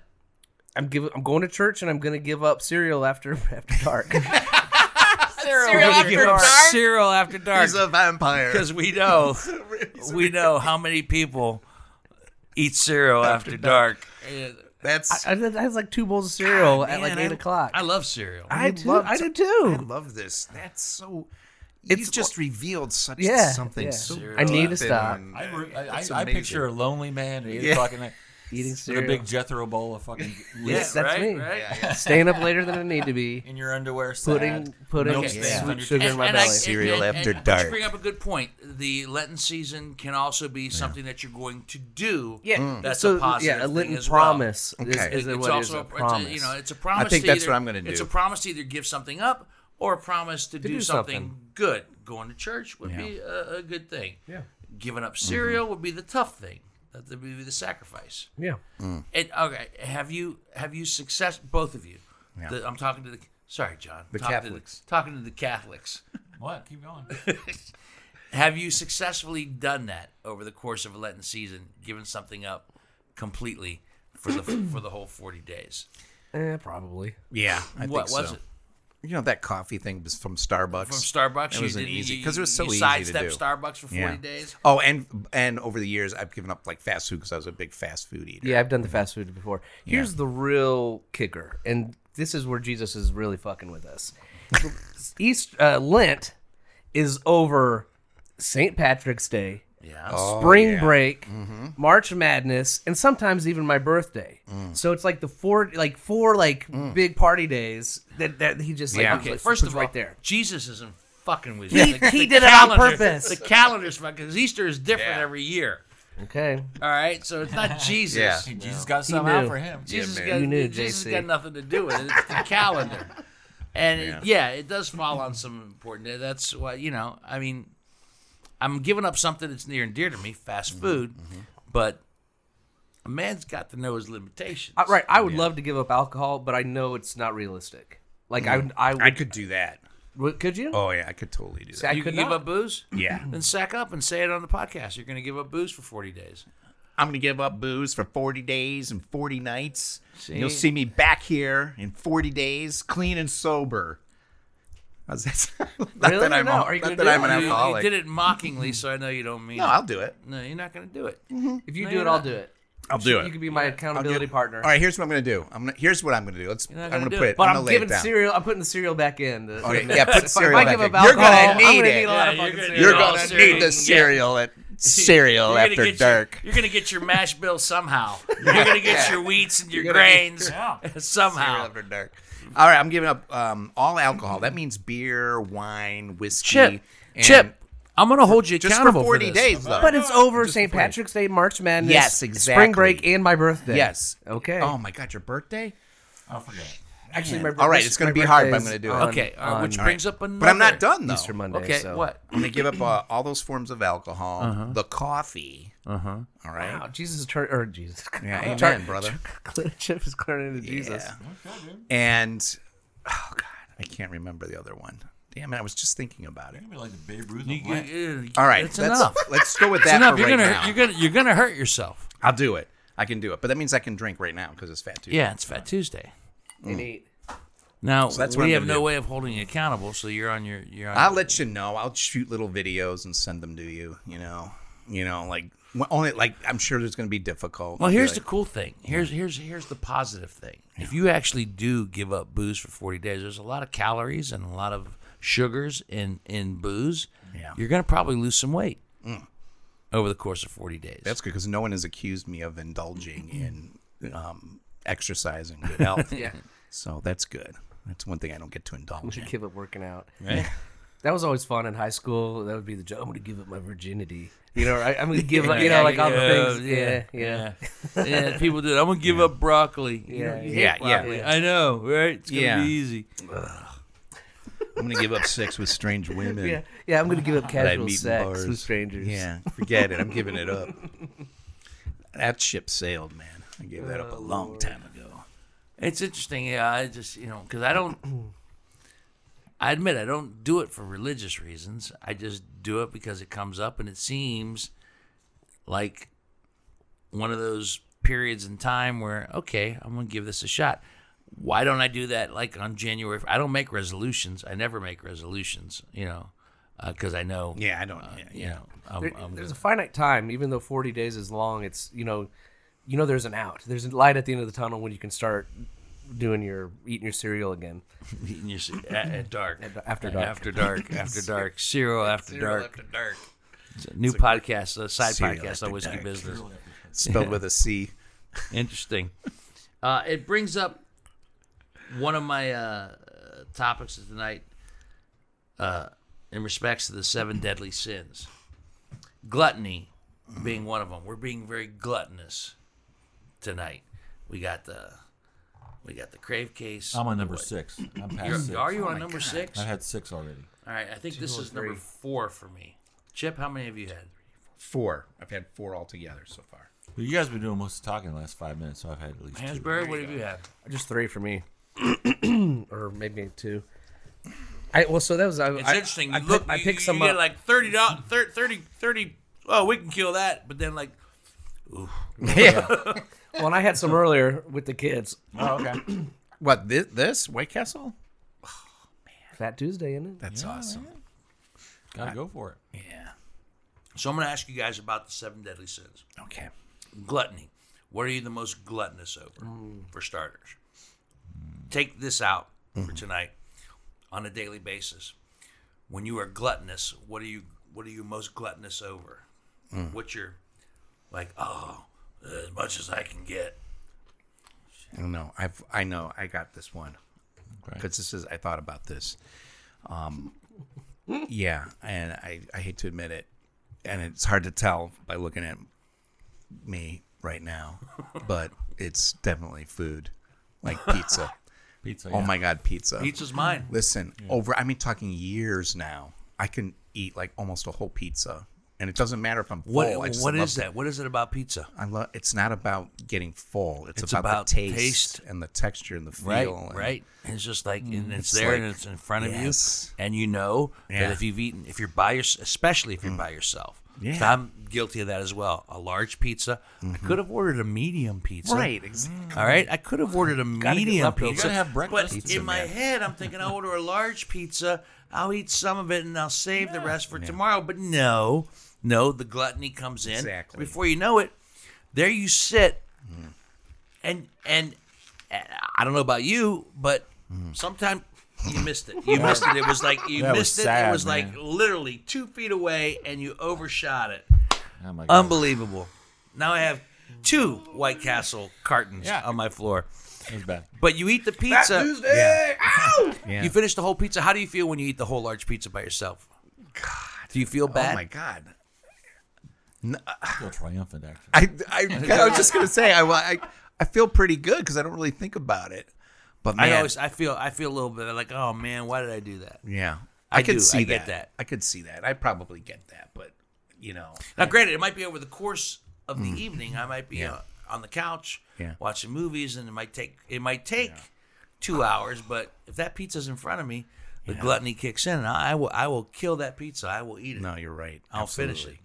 B: I'm giving? I'm going to church and I'm going to give up cereal after after dark.
A: Cereal after dark. Cereal after dark.
E: He's a vampire.
A: Because we know, we know how many people eat cereal after, dark.
D: That's. I,
B: I, I had like two bowls of cereal at like
A: Man,
B: eight
A: I-
B: o'clock.
A: I love cereal.
B: I
D: do-
B: do. I do too.
D: love this. That's so.
B: It's-
D: you've just revealed such
B: Yeah,
D: something
B: yeah.
D: so.
B: I need to
D: deep
B: stop
D: and-
C: I, re- I,
D: That's
C: I, I
D: amazing.
C: picture a lonely man at 8
D: Yeah.
C: o'clock at night
B: eating
C: with a
B: cereal.
C: big Jethro bowl of fucking
B: Yes,
C: leaves
B: that's
A: right,
B: me.
A: right?
D: Yeah, yeah.
B: Staying up later than I need to be.
C: in your underwear, sad.
B: Putting putting
C: Milk
B: sweet
C: stand on your
B: sugar in my
A: I-
B: belly.
D: Cereal after
A: and, But
D: dark.
A: you bring up a good point. The Lenten season can also be something that you're going to do.
B: yeah,
A: that's
B: so
A: a positive.
B: yeah, a
A: thing
B: Linton
A: as well.
B: promise is,
D: Okay.
B: is
A: Mm. It's
B: what it is,
A: also
B: a
A: it's
B: promise.
A: you know, it's a promise.
D: think
A: to
D: that's
A: either-
D: what I'm gonna
A: It's a
D: do.
A: promise to either give something up or a promise to, do,
B: do
A: something,
B: something.
A: good. Going to church would be a, a good thing. Yeah. Giving up cereal would be the tough thing. That would be the sacrifice.
B: Yeah.
A: It, okay, have you have you success both of you? The- I'm talking to the sorry, John.
D: The
A: talking
D: Catholics.
A: To the, talking to the Catholics.
C: What? Keep going.
A: Have you successfully done that over the course of a Lenten season, given something up completely for the for the whole 40 days?
B: Eh, probably.
D: Yeah, I
A: what
D: think
A: was
D: so.
A: it?
D: You know that coffee thing was from Starbucks.
A: From Starbucks,
D: It was an
A: didn't-
D: easy because it was so
A: you
D: easy to
A: sidestepped
D: do.
A: Starbucks for 40
D: Yeah.
A: days.
D: Oh, and and over the years, I've given up like fast food because I was a big fast food eater.
B: Yeah, I've done the fast food before. Here's the real kicker, and this is where Jesus is really fucking with us. East uh, Lent is over St. Patrick's Day,
A: Oh, Yeah. Mm-hmm.
B: spring break, March Madness, and sometimes even my birthday.
A: Mm.
B: So it's like the four, like four, like big party days that, that he just like,
D: Yeah.
B: puts-
A: Okay, Mm. first
B: puts
A: of all,
B: right there.
A: Jesus isn't fucking with you.
B: He-
A: The-
B: he
A: the
B: did it on
A: calendar-
B: purpose.
A: The calendar's fucking because Easter is different
D: Yeah.
A: every year.
B: Okay,
A: All right, so it's not Jesus.
D: Yeah.
C: Hey, Jesus got something out
B: knew.
C: for him.
A: Jesus,
D: man.
A: got,
B: You knew,
A: Jesus
B: JC.
A: got nothing to do with it. It's the calendar. And it- yeah. it does fall on some important. uh, That's why, you know, I mean, I'm giving up something that's near and dear to me,
D: Mm-hmm,
A: fast food, but a man's got to know his limitations.
B: Uh, right. I would love to give up alcohol, but I know it's not realistic. Like
A: Mm.
B: I, I, would,
D: I could do that.
B: would- could you?
D: Oh yeah, I could totally do
B: I
D: that.
A: You
B: could
A: can give
B: not.
A: up booze?
D: Yeah,
A: Then sack up and say it on the podcast. You're going to give up booze for 40 days.
D: I'm gonna give up booze for 40 days and 40 nights.
A: See?
D: You'll see me back here in 40 days, clean and sober. How's that? not
B: Really?
D: that I'm,
B: No,
D: al-
B: are you
D: not
B: gonna
D: that
B: do
D: I'm
B: it?
D: an
A: You- You,
D: alcoholic.
A: did it mockingly, so I know you don't mean
D: No,
A: it.
D: I'll do it.
A: No, you're not going to do it.
B: If you
A: No,
B: do
A: you're
B: it, I'll
A: not.
B: do it.
D: I'll do
B: You could be my accountability partner.
D: All right, here's what I'm gonna do. I'm gonna, here's what I'm gonna do. Let's.
A: not
D: I'm
A: gonna
D: gonna
A: do
D: put
A: it.
D: it.
B: But
D: I'm,
B: I'm
D: gonna lay
B: giving
D: it down.
B: cereal. I'm putting the cereal back in. The-
D: Okay,
B: the-
D: yeah, put
B: if I-
D: cereal
B: if I
D: back
B: give
D: in.
B: up
D: You're gonna
B: alcohol, I'm
D: need
B: gonna
D: it.
B: need a lot
A: Yeah,
B: of
A: you're
B: fucking
A: gonna-
D: You're
B: cereal.
A: all
D: gonna
A: cereal.
D: need the cereal at cereal
A: You're gonna
D: after
A: get
D: dark.
A: Your, you're gonna get your mash bill somehow. You're gonna get your wheats and your
D: gonna get-
A: grains somehow.
D: After dark. All right, I'm giving up um, all alcohol. That means beer, wine, whiskey.
A: Chip,
D: and-
A: Chip, I'm gonna hold you
D: Just for
A: accountable
D: 40
A: this.
D: days, though.
B: But it's over St. Patrick's Day, March Madness,
D: Yes, exactly.
B: spring break, and my birthday.
D: yes.
B: Okay.
D: Oh my God, your birthday?
C: I forget.
B: Actually, my
D: All right,
B: this-
D: it's gonna
B: my
D: be hard, but I'm
B: birthday's
D: gonna do it.
B: on-
A: Okay, uh,
B: on
A: which brings up another.
D: But I'm not done though.
B: Easter Monday.
A: Okay,
B: so-
A: what?
D: I'm gonna give up uh, all those forms of alcohol,
A: Uh-huh.
D: the coffee. Uh huh. All right.
B: Wow, Jesus is turning, or Jesus.
D: Yeah, amen, brother.
B: Chip is turning into Jesus.
D: Yeah. And oh God, I can't remember the other one. Damn it, I was just thinking about it.
C: You're gonna be like the Babe Ruth. of
A: You-
C: Lent.
A: you- you-
D: All right,
A: it's
D: let's,
A: enough.
D: Let's go with
A: It's
D: that
A: enough.
D: for
A: You're
D: right
A: gonna
D: now.
A: you're gonna you're gonna hurt yourself.
D: I'll do it. I can do it, but that means I can drink right now because it's fat too.
A: Yeah, it's Fat Tuesday.
B: And eat.
A: Now
D: Mm. that's what
A: we
D: I'm
A: have
D: gonna
A: no
D: do.
A: way of holding you accountable, so you're on your you're on.
D: I'll let you know. I'll shoot little videos and send them to you. You know, you know, like wh- only like I'm sure there's going to be difficult.
A: Well,
D: I'll be
A: here's the
D: like,
A: cool thing. Here's here's here's the positive thing. If you actually do give up booze for 40 days, there's a lot of calories and a lot of sugars in in booze.
D: Yeah. Mm.
A: You're going to probably lose some weight over the course of 40 days.
D: that's good because no one has accused me of indulging in um, exercise and good health. yeah, so that's good. That's one thing I don't get to indulge in.
B: Give up working out. That was always fun in high school. That would be the joke. I'm going to give up my virginity. You know, I, I'm going to give up, you know, like all the things. Yeah, yeah.
A: Yeah, Yeah, people do. it. I'm going to give up broccoli. You know,
B: Yeah.
A: you
D: Yeah,
A: hate
D: yeah.
A: broccoli. I know, right? It's going to
D: Yeah.
A: be easy.
D: I'm going to give up sex with strange women.
B: Yeah, yeah, I'm gonna give up
D: that I
B: casual
D: meet in
B: sex
D: bars.
B: with strangers.
D: Yeah, forget it. I'm giving it up. That ship sailed, man. I gave that up a
B: Oh,
D: long time ago.
A: It's interesting. Yeah, I just you know because I don't. I admit I don't do it for religious reasons. I just do it because it comes up and it seems like one of those periods in time where okay, I'm gonna give this a shot. Why don't I do that like on January? I don't make resolutions. I never make resolutions. You know, because I know.
D: Yeah, I don't. yeah,
A: You know, I'm,
B: There-
A: I'm
B: there's a finite time. Even though 40 days is long, it's you know, you know, there's an out. There's a light at the end of the tunnel when you can start doing your eating your cereal again.
A: eating your c- at, at uh, dark
B: after dark.
A: after dark after dark zero after dark
D: dark.
A: New podcast, a side
D: Serial
A: podcast on
D: epic
A: whiskey
D: diet.
A: business.
B: Uh,
D: Spelled with a C.
A: Interesting. Uh, it brings up one of my uh, topics of tonight uh, in respects to the seven deadly sins. Gluttony being one of them. We're being very gluttonous tonight. We got the we got the crave case.
C: I'm on number six. I'm past
A: You're-
C: six.
A: are you on number six?
C: I've had six already.
A: All right, I think this is number four for me. Chip, how many have you had?
D: Four. I've had four altogether so far.
C: You guys have been doing most of the talking the last five minutes, so I've had at least two.
A: Hansberry, what have you had?
B: Just three for me, or maybe two. I well, so that was I,
A: It's
B: I-
A: interesting.
B: I,
A: you
B: pick-
A: look,
B: I
A: you-
B: picked some
A: you get
B: up.
A: like 30, doll- thir- 30, 30, oh, we can kill that. But then, like,
B: yeah. well, and I had some earlier with the kids.
C: Oh, okay.
D: What this, this White Castle?
B: Fat Tuesday, isn't it?
D: That's awesome.
C: Gotta go for it.
A: so I'm going to ask you guys about the seven deadly sins.
B: Okay.
A: Gluttony. What are you the most gluttonous over,
B: Mm.
A: for starters? Take this out for
B: Mm.
A: tonight on a daily basis. When you are gluttonous, what are you what are you most gluttonous over?
B: Mm.
A: What's your like, oh, as much as I can get.
D: I don't know. I've I know I got this one
C: Okay.
D: because this is I thought about this. Um, yeah, and I I hate to admit it, and it's hard to tell by looking at me right now, but it's definitely food, like pizza.
C: Pizza.
D: Oh
C: yeah.
D: my god, pizza.
A: Pizza's mine.
D: Listen, over I mean talking years now. I can eat like almost a whole pizza. And it doesn't matter if I'm full.
A: What
D: I just
A: what
D: love
A: is that? What is it about pizza?
D: I love. It's not about getting full. It's,
A: It's
D: about,
A: about
D: the taste,
A: taste.
D: and the texture and the feel.
A: Right,
D: and- Mm,
A: right. And it's just like, and it's, there, and
D: like-
A: it's in front of
D: Yes.
A: you, and you know that
D: Yeah. Mm.
A: if you've eaten, if you're by your, especially if you're by yourself.
D: Yeah. Mm-hmm.
A: So I'm guilty of that as well. A large pizza. I could have ordered a medium pizza.
D: Right. Exactly.
A: All right. I could have ordered a medium
B: leftovers.
A: pizza.
C: You gotta have
A: But
C: breakfast. Pizza,
A: in my
C: man.
A: head, I'm thinking I'll order a large pizza. I'll eat some of it and I'll save the rest for tomorrow. But no, no, the gluttony comes in.
D: Exactly.
A: Before you know it, there you sit. And, and and I don't know about you, but sometimes you missed it. You missed it. It was like you
C: That was
A: missed it. it
C: sad,
A: was like
C: man.
A: literally two feet away and you overshot it.
C: Oh my god.
A: Unbelievable. Now I have two White Castle cartons
C: Yeah.
A: on my floor.
C: That's bad.
A: But you eat the pizza.
D: Yeah.
A: You finish the whole pizza. How do you feel when you eat the whole large pizza by yourself? God. Do you feel bad?
D: oh my god.
C: I feel triumphant actually.
D: I, I, I was just gonna say I I, I feel pretty good because I don't really think about it. But man,
A: I always I feel I feel a little bit like, oh man, why did I do that?
D: yeah,
A: I
D: I, could
A: do,
D: see
A: I
D: that.
A: get that.
D: I could see that. I probably get that, but you know,
A: Now granted, it might be over the course of the evening. I might be uh, on the couch
D: Mm. Yeah.
A: watching movies and it might take it might take two hours, but if that pizza's in front of me, the gluttony kicks in and I, I will I will kill that pizza. I will eat it.
D: no, you're right.
A: I'll
D: Absolutely.
A: finish it.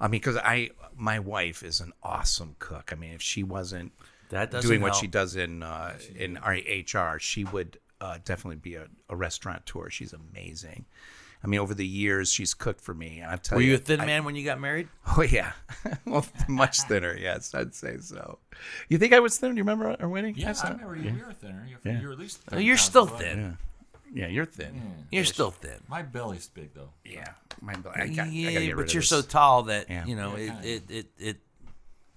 D: I mean, because I my wife is an awesome cook. I mean, if she wasn't
A: That doesn't
D: doing what
A: help.
D: she does in uh, in our HR, she would uh, definitely be a, a restaurateur. She's amazing. I mean, over the years, she's cooked for me. I tell
A: Were
D: you,
A: you a thin man when you got married?
D: oh yeah, well, much thinner. Yes, I'd say so. You think I was thin? Do you remember our wedding?
C: Uh, Yeah,
D: last
C: I
D: time?
C: remember you. You were thinner. You were, you were at least.
A: No,
C: 30
A: Oh, you're
C: pounds
A: still
C: below.
A: thin.
D: Yeah, you're thin.
A: You're still thin.
C: My belly's big though.
D: Yeah, my bl- I got, I
A: yeah,
D: gotta get rid
A: but
D: of
A: you're
D: this.
A: so tall that
D: Yeah.
A: you know
C: Yeah,
A: it, it it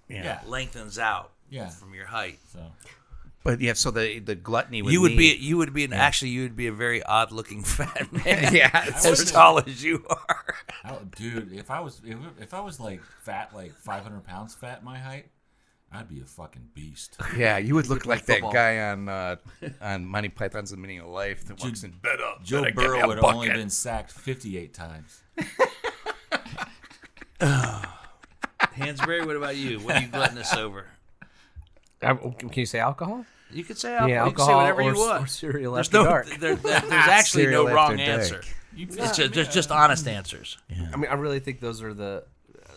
C: Yeah.
A: it lengthens out
C: Yeah.
A: from your height.
C: So
D: But yeah, so the the gluttony. With
A: you would
D: me-
A: be you would be an actually you would be a very odd looking fat man.
D: Yeah,
A: as tall as you are.
C: I don't, dude, if I was if, if I was like fat, like 500 pounds fat, my height, I'd be a fucking beast.
D: Yeah, you would look like that
C: football.
D: guy on uh, on Monty Python's The Meaning of Life that walks in bed up.
C: Joe
D: better get me
C: Burrow
D: a
C: would have only
D: bucket."
C: been sacked 58 times.
A: Hansberry, what about you? What are you gluttonous over?
B: I, oh, can you say alcohol?
A: You could say alcohol.
B: Yeah,
A: you could say
B: alcohol
A: whatever
B: or
A: you
B: s-
A: want.
B: or cereal
A: there's
B: after
A: no,
B: dark.
A: there- there- there's actually no
D: Cereal
A: wrong
D: after
A: answer.
D: dark.
A: It's just, there's just honest answers.
B: I mean, I really think those are the.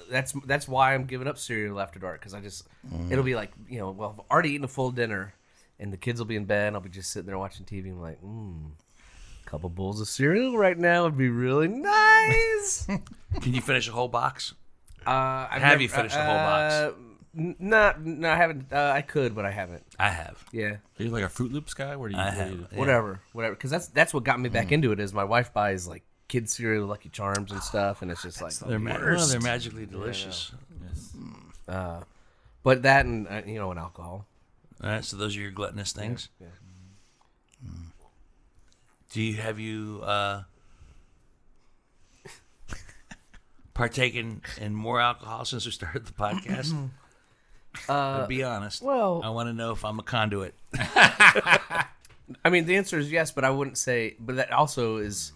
B: That's that's why I'm giving up cereal after dark because I just it'll be like you know well I've already eaten a full dinner and the kids will be in bed and I'll be just sitting there watching TV and I'm like mmm couple bowls of cereal right now would be really nice. uh,
A: Can you finish a whole box?
B: I've
A: Have you finished the whole box?
B: uh, n- Not no I haven't uh, I could but I haven't
A: I have.
B: yeah
C: Are you like a Fruit Loops guy? Where do you?
A: I
C: what do
A: have.
C: you-
B: whatever whatever because that's that's what got me
A: Mm.
B: back into it is my wife buys like kids cereal Lucky Charms and stuff and it's just like
A: They're, ma- well, they're magically delicious.
C: Yes.
B: but that and uh, you know and alcohol.
A: All right, so those are your gluttonous things. Mm.
B: yeah.
A: Do you have you uh, partaken in more alcohol since we started the podcast? Uh, be honest.
B: Mm-hmm. well-
A: I want to know if I'm a conduit.
B: I mean, the answer is yes, but I wouldn't say. But that also is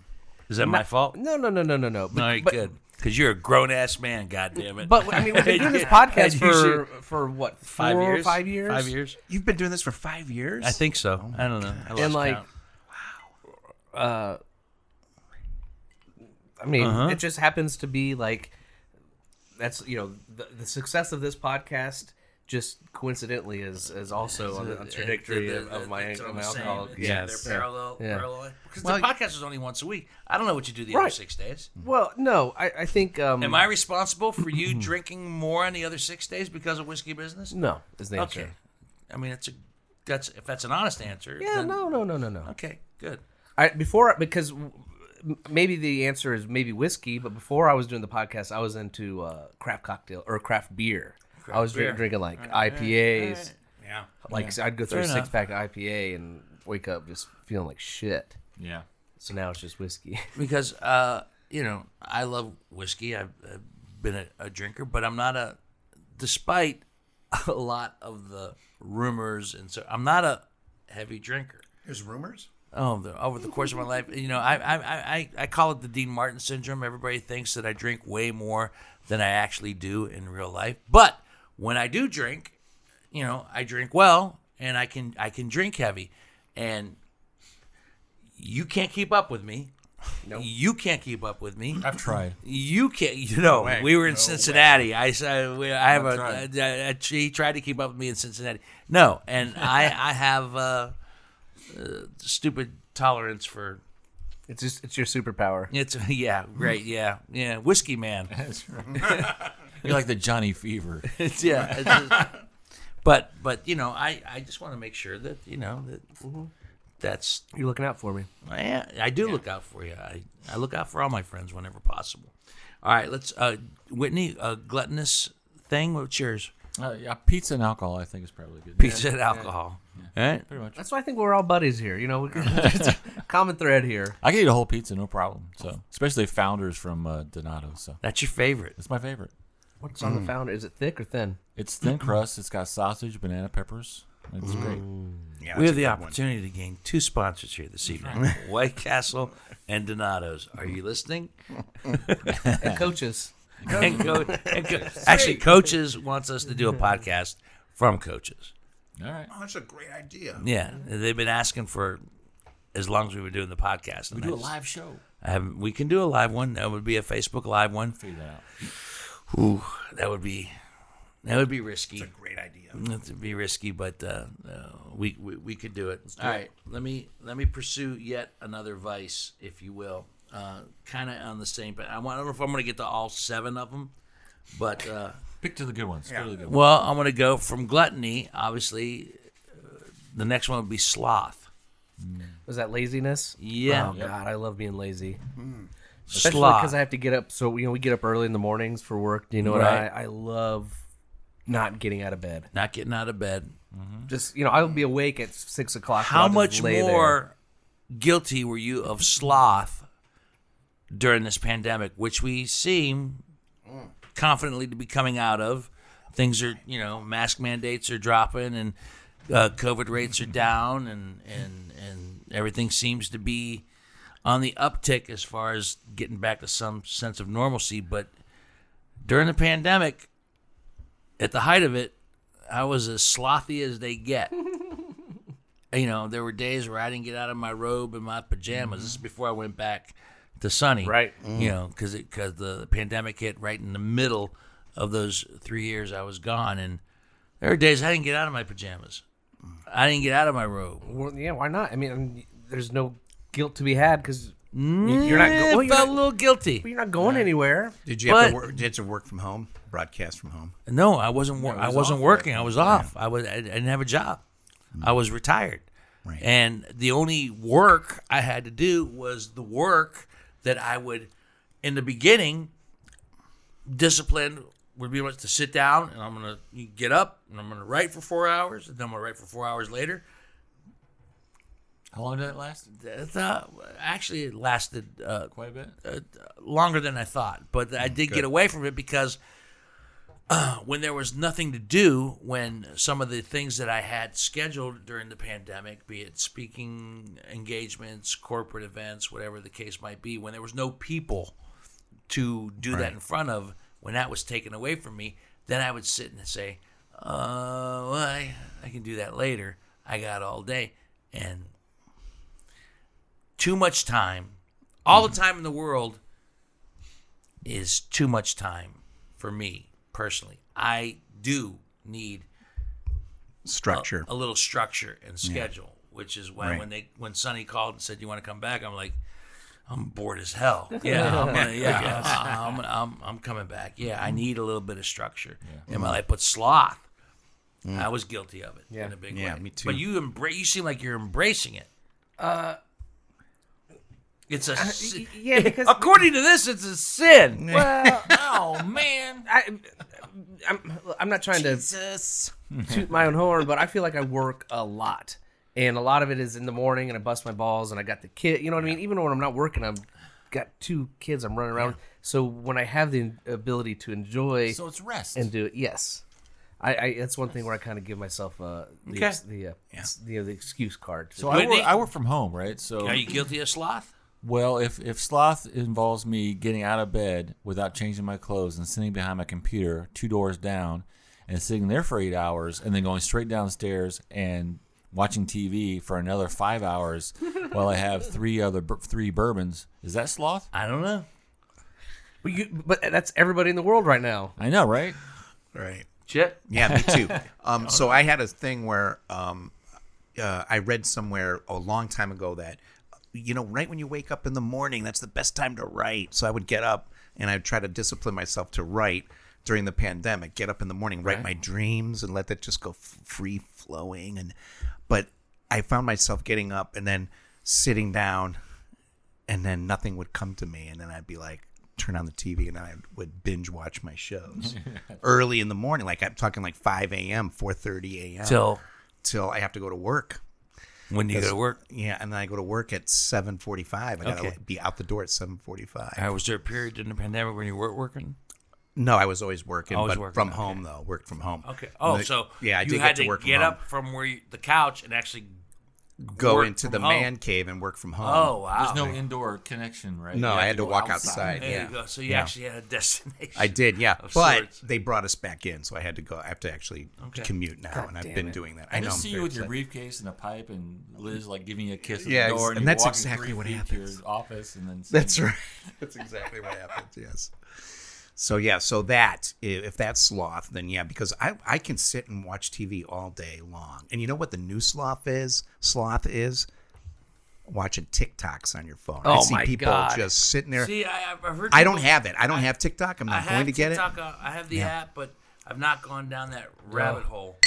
A: Is that my fault?
B: no, no, no, no, no, no. But,
A: All right,
B: but
A: good. because you're a grown ass man. God damn it!
B: But I mean, we've been doing this podcast for for what four
A: five years,
B: or five years,
A: five years.
D: You've been doing this for five years.
A: I think so. I don't know. I lost
B: and like,
A: count.
B: wow. Uh, I mean,
A: Uh-huh.
B: it just happens to be like that's you know the, the success of this podcast just coincidentally is is also on the contradictory
A: The-
B: of,
A: the-
B: of my,
A: it's
B: of
A: on
B: my
A: the same.
B: alcohol.
A: It's-
D: Yes.
A: they're parallel.
B: Yeah.
A: parallel. Because
D: Well,
A: the podcast is only once a week. I don't know what you do the other
B: Right.
A: six days.
B: Well, no, I, I think um,
A: Am I responsible for you drinking more on the other six days because of whiskey business?
B: no is the answer.
A: Okay. I mean, that's a that's if that's an honest answer.
B: Yeah,
A: then-
B: no, no, no, no, no.
A: Okay, good.
B: I before because w- m- maybe the answer is maybe whiskey, but before I was doing the podcast, I was into uh, craft cocktail or craft beer. I was drink-
A: beer.
B: drinking like IPAs.
D: Yeah.
B: Like so I'd go through a
A: enough.
B: six pack of IPA and wake up just feeling like shit.
C: Yeah.
B: So now it's just whiskey.
A: Because uh, you know, I love whiskey. I've, I've been a, a drinker, but I'm not a. Despite a lot of the rumors and so, I'm not a heavy drinker.
D: There's rumors.
A: Oh, the, over the course of my life, you know, I, I I I- I call it the Dean Martin syndrome. Everybody thinks that I drink way more than I actually do in real life. But when I do drink, you know, I drink well, and I can I can drink heavy, and you can't keep up with me. You can't keep up with me.
C: I've tried.
A: You can't. You know,
D: way.
A: we were in
D: No
A: Cincinnati. I said we, I have a.
C: That's
A: I- I- she tried to keep up with me in Cincinnati. No, and I I have uh, uh, stupid tolerance for
B: It's just it's your superpower.
A: it's yeah right yeah yeah whiskey man
C: You're like the Johnny Fever.
A: it's, yeah it's just- but but you know I I just want to make sure that you know that
D: Mm-hmm.
A: that's
B: You're looking out for me.
A: I, Eh, I do look out for you. I, I look out for all my friends whenever possible. All right, let's uh, Whitney, a gluttonous thing. What's yours?
C: Uh, yeah, pizza and alcohol, I think, is probably good.
A: Pizza and alcohol. All right.
C: pretty much.
B: That's why I think we're all buddies here. You know, we it's a common thread here.
C: I can eat a whole pizza, no problem. So, especially Founders from uh, Donato. So,
A: That's your favorite.
C: it's my favorite.
B: What's on the founder? Is it thick or thin?
C: It's thin crust. It's got sausage, banana peppers. It's great.
D: Yeah,
A: we have the
D: that's a good one.
A: opportunity to gain two sponsors here this evening White Castle and Donato's. Are you listening?
B: And coaches.
A: And co- and co- actually, Coaches wants us to do a podcast from Coaches.
C: All right.
D: Oh, that's a great idea.
A: Yeah. They've been asking for as long as we were doing the podcast. and I just-
C: show.
A: I haven't, we can do a live one. That would be a Facebook live one.
C: Figure that out.
A: Ooh, that would be that would be risky.
D: Great idea.
A: That would be risky, but uh, uh, we, we we could do it. All right, let me let me pursue yet another vice, if you will. Uh, kind of on the same, but I want- I don't know if I'm going to get to all seven of them, but. Uh,
C: Pick to the good ones. Go to the good ones.
A: Well, I'm going to go from gluttony. Obviously, uh, the next one would be sloth.
B: Was that laziness?
A: Yeah.
B: Oh God, I love being lazy. Especially because
A: sloth.
B: I have to get up. So you know, we get up early in the mornings for work. Do you know what
A: Right.
B: I? I love not getting out of bed.
A: Not getting out of bed.
B: Just you know, I'll be awake at six o'clock. and
A: How
B: I'll just
A: much
B: lay there.
A: more guilty were you of sloth during this pandemic, which we seem confidently to be coming out of? Things are, you know, mask mandates are dropping and uh, COVID rates are down, and and and everything seems to be on the uptick as far as getting back to some sense of normalcy. But during the pandemic, at the height of it, I was as slothy as they get you know, there were days where I didn't get out of my robe and my pajamas. This is before I went back to Sunny,
B: Right.
A: You know, because because the pandemic hit right in the middle of those three years I was gone, and there were days I didn't get out of my pajamas. I didn't get out of my robe.
B: Well, yeah, why not? I mean, I'm- there's no guilt to be had because you're not.
A: I
B: Go- well, you're
A: felt
B: not
A: a little guilty.
B: you're not going anywhere.
D: Did you have to
A: But-
D: work? Did you have to work from home? Broadcast from home.
A: No, I wasn't. Wor- I
C: was
A: wasn't
C: off
A: working. I was off. I was. I didn't have a job. I was retired,
D: Right.
A: and the only work I had to do was the work that I would, in the beginning, discipline would be much to sit down and I'm gonna get up and I'm gonna write for four hours and then I'm gonna write for four hours later.
C: How long did it last?
A: That's, uh, actually, it lasted uh,
C: Quite a bit. Mm,
A: uh, longer than I thought, but I did get away from it because uh, when there was nothing to do, when some of the things that I had scheduled during the pandemic, be it speaking engagements, corporate events, whatever the case might be, when there was no people to do that in front of when that was taken away from me, then I would sit and say, uh, well, I, I can do that later. I got all day. And too much time, all the time in the world is too much time for me personally. I do need
D: Structure.
A: a little structure and schedule, which is why when they when Sonny called and said you want to come back, I'm like, I'm bored as hell. Yeah, I'm gonna, yeah, I- I'm, I'm, I'm coming back. Yeah, I need a little bit of structure in my life. But sloth, I was guilty of it in a big
D: Mm. Yeah,
A: way.
D: me too.
A: But you embrace. You seem like you're embracing it. Uh, it's a s-
B: yeah, because
A: according to this, it's a sin.
B: well,
A: oh man,
B: I, I'm I'm not trying to toot my own horn, but I feel like I work a lot, and a lot of it is in the morning, and I bust my balls, and I got the kid. You know what I mean? Even when I'm not working, I'm got two kids. I'm running around. So when I have the ability to enjoy
C: So it's rest.
B: and do it, yes, I, I that's one thing where I kind of give myself uh, the
A: Okay.
B: ex- the, uh, the the excuse card.
C: so I
A: Whitney?
C: work, I work from home, right? So
A: are you guilty of sloth?
C: well, if if sloth involves me getting out of bed without changing my clothes and sitting behind my computer two doors down and sitting there for eight hours and then going straight downstairs and watching TV for another five hours while I have three other bur- three bourbons, is that sloth?
A: I don't know.
B: but, you, but that's everybody in the world right now.
C: I know, right?
D: Right.
A: Chip,
D: Yeah, me too. Um, so I had a thing where um, uh, I read somewhere a long time ago that, you know, right when you wake up in the morning, that's the best time to write. So I would get up and I'd try to discipline myself to write during the pandemic. Get up in the morning, write my dreams, and let that just go f- free flowing. And but I found myself getting up and then sitting down and then nothing would come to me and then i'd be like turn on the tv and i would binge watch my shows early in the morning like i'm talking like 5 a.m 4.30 a.m
A: till
D: till i have to go to work
A: when do you go to work?
D: yeah and then i go to work at 7.45 i gotta
A: Okay.
D: like, be out the door at 7.45
A: Uh, was there a period in the pandemic when you weren't working?
D: no i was always working
A: Always
D: but
A: working,
D: from
A: okay.
D: home though worked from home
A: Okay. Oh,
D: Like,
A: so
D: yeah, I
A: you
D: did
A: had
D: get to work from
A: get
D: home.
A: up from where you, the couch and actually.
D: go
A: work
D: into
A: from
D: the
A: home.
D: man cave and work from home
A: Oh wow!
C: There's no indoor connection, right?
D: no
C: You
D: i
C: have
D: had to
C: go
D: walk outside,
A: there
D: yeah
A: you go. So you actually had a destination.
D: I did, yeah.
A: Of
D: But
A: sorts.
D: they brought us back in, so I had to go. I have to actually commute now, and I've been doing that. I,
C: I
D: know.
C: just
D: I'm
C: see
D: very
C: you with your
D: upset.
C: briefcase and a pipe, and Liz like giving you a kiss at
D: Yeah,
C: the
D: ex-
C: door, and,
D: and
C: you
D: that's
C: walking
D: exactly
C: three
D: what
C: feet
D: happens.
C: To your office, and then
D: That's right. That's exactly what happens. Yes. So yeah, so that i- if that's sloth, then yeah, because I I can sit and watch TV all day long, and you know what the new sloth is? Sloth is watching TikToks on your phone. I
B: Oh,
D: see
B: my
D: people
B: God.
D: just sitting there.
A: See, I, I've I've heard.
D: I don't
A: people-
D: have it. I don't have TikTok. I'm
A: I
D: not
A: have
D: going to get it.
A: TikTok, uh, I have the app, but I've not gone down that rabbit hole.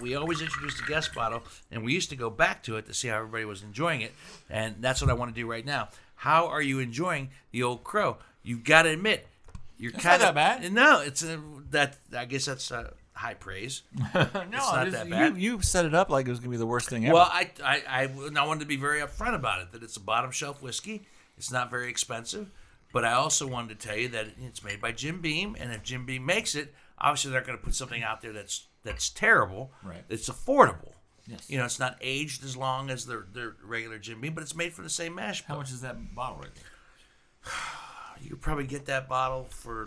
A: We always introduced a guest bottle, and we used to go back to it to see how everybody was enjoying it, and that's what I want to do right now. How are you enjoying the old crow? You got to admit, you're kind
C: not that bad.
A: No, it's a, that. I guess that's uh, high praise.
C: no,
A: not
C: just-
A: that bad.
C: You, you set it up like it was gonna be the worst thing ever.
A: Well, I, I, I, and I wanted to be very upfront about it that it's a bottom shelf whiskey. It's not very expensive, but I also wanted to tell you that it's made by Jim Beam, and if Jim Beam makes it, obviously they're going to put something out there that's that's terrible.
C: Right.
A: It's affordable.
C: Yes.
A: You know, it's not aged as long as their their regular Jim Beam, but it's made from the same mash.
C: How
A: bill.
C: much is that bottle right there?
A: You could probably get that bottle for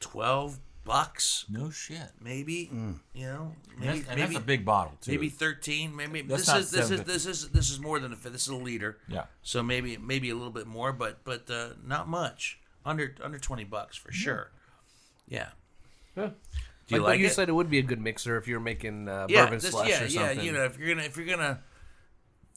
A: twelve bucks,
C: No shit.
A: maybe. You know,
C: Mm. And
A: maybe
C: that's, and
A: maybe
C: that's a big bottle too.
A: maybe 13 maybe
C: That's
A: this
C: not
A: is this is
C: 750.
A: this is this is more than a fifth this is a liter
C: Yeah.
A: so maybe maybe a little bit more but but uh, not much under under 20 bucks for sure yeah do you
B: what
A: like,
B: you
A: it
B: said it would be a good mixer if you're making uh,
A: yeah
B: bourbon
A: this-
B: slush
A: yeah
B: or
A: yeah
B: something.
A: you know if you're gonna if you're gonna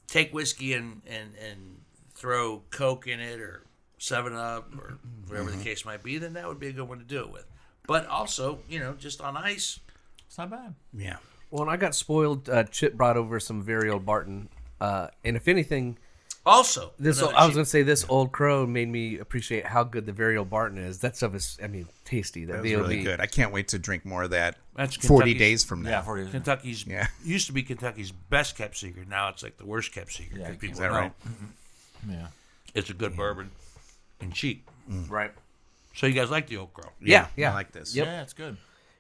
A: take whiskey and and and throw coke in it or seven up or whatever the case might be then that would be a good one to do it with but also you know just on ice
C: It's not bad.
D: Yeah.
B: Well, and I got spoiled. Uh, Chip brought over some very old Barton, uh, and if anything,
A: also
B: this
A: another
B: I was
A: cheap-
B: gonna say this old crow made me appreciate how good the very old Barton is. That stuff is, I mean, tasty. That
D: That was
B: VOB.
D: really good. I can't wait to drink more of that.
A: That's
D: forty
A: Kentucky's-
D: days from now.
C: Yeah, forty.
A: Kentucky's
D: Yeah.
A: used to be Kentucky's best kept secret. Now it's like the worst kept secret.
C: Yeah,
A: that people
D: Is that
A: know.
D: right?
C: Yeah.
A: It's a good bourbon and cheap.
B: right?
A: So you guys like the Oak Grove?
B: Yeah, yeah,
D: I like this.
B: Yep.
C: Yeah, it's good.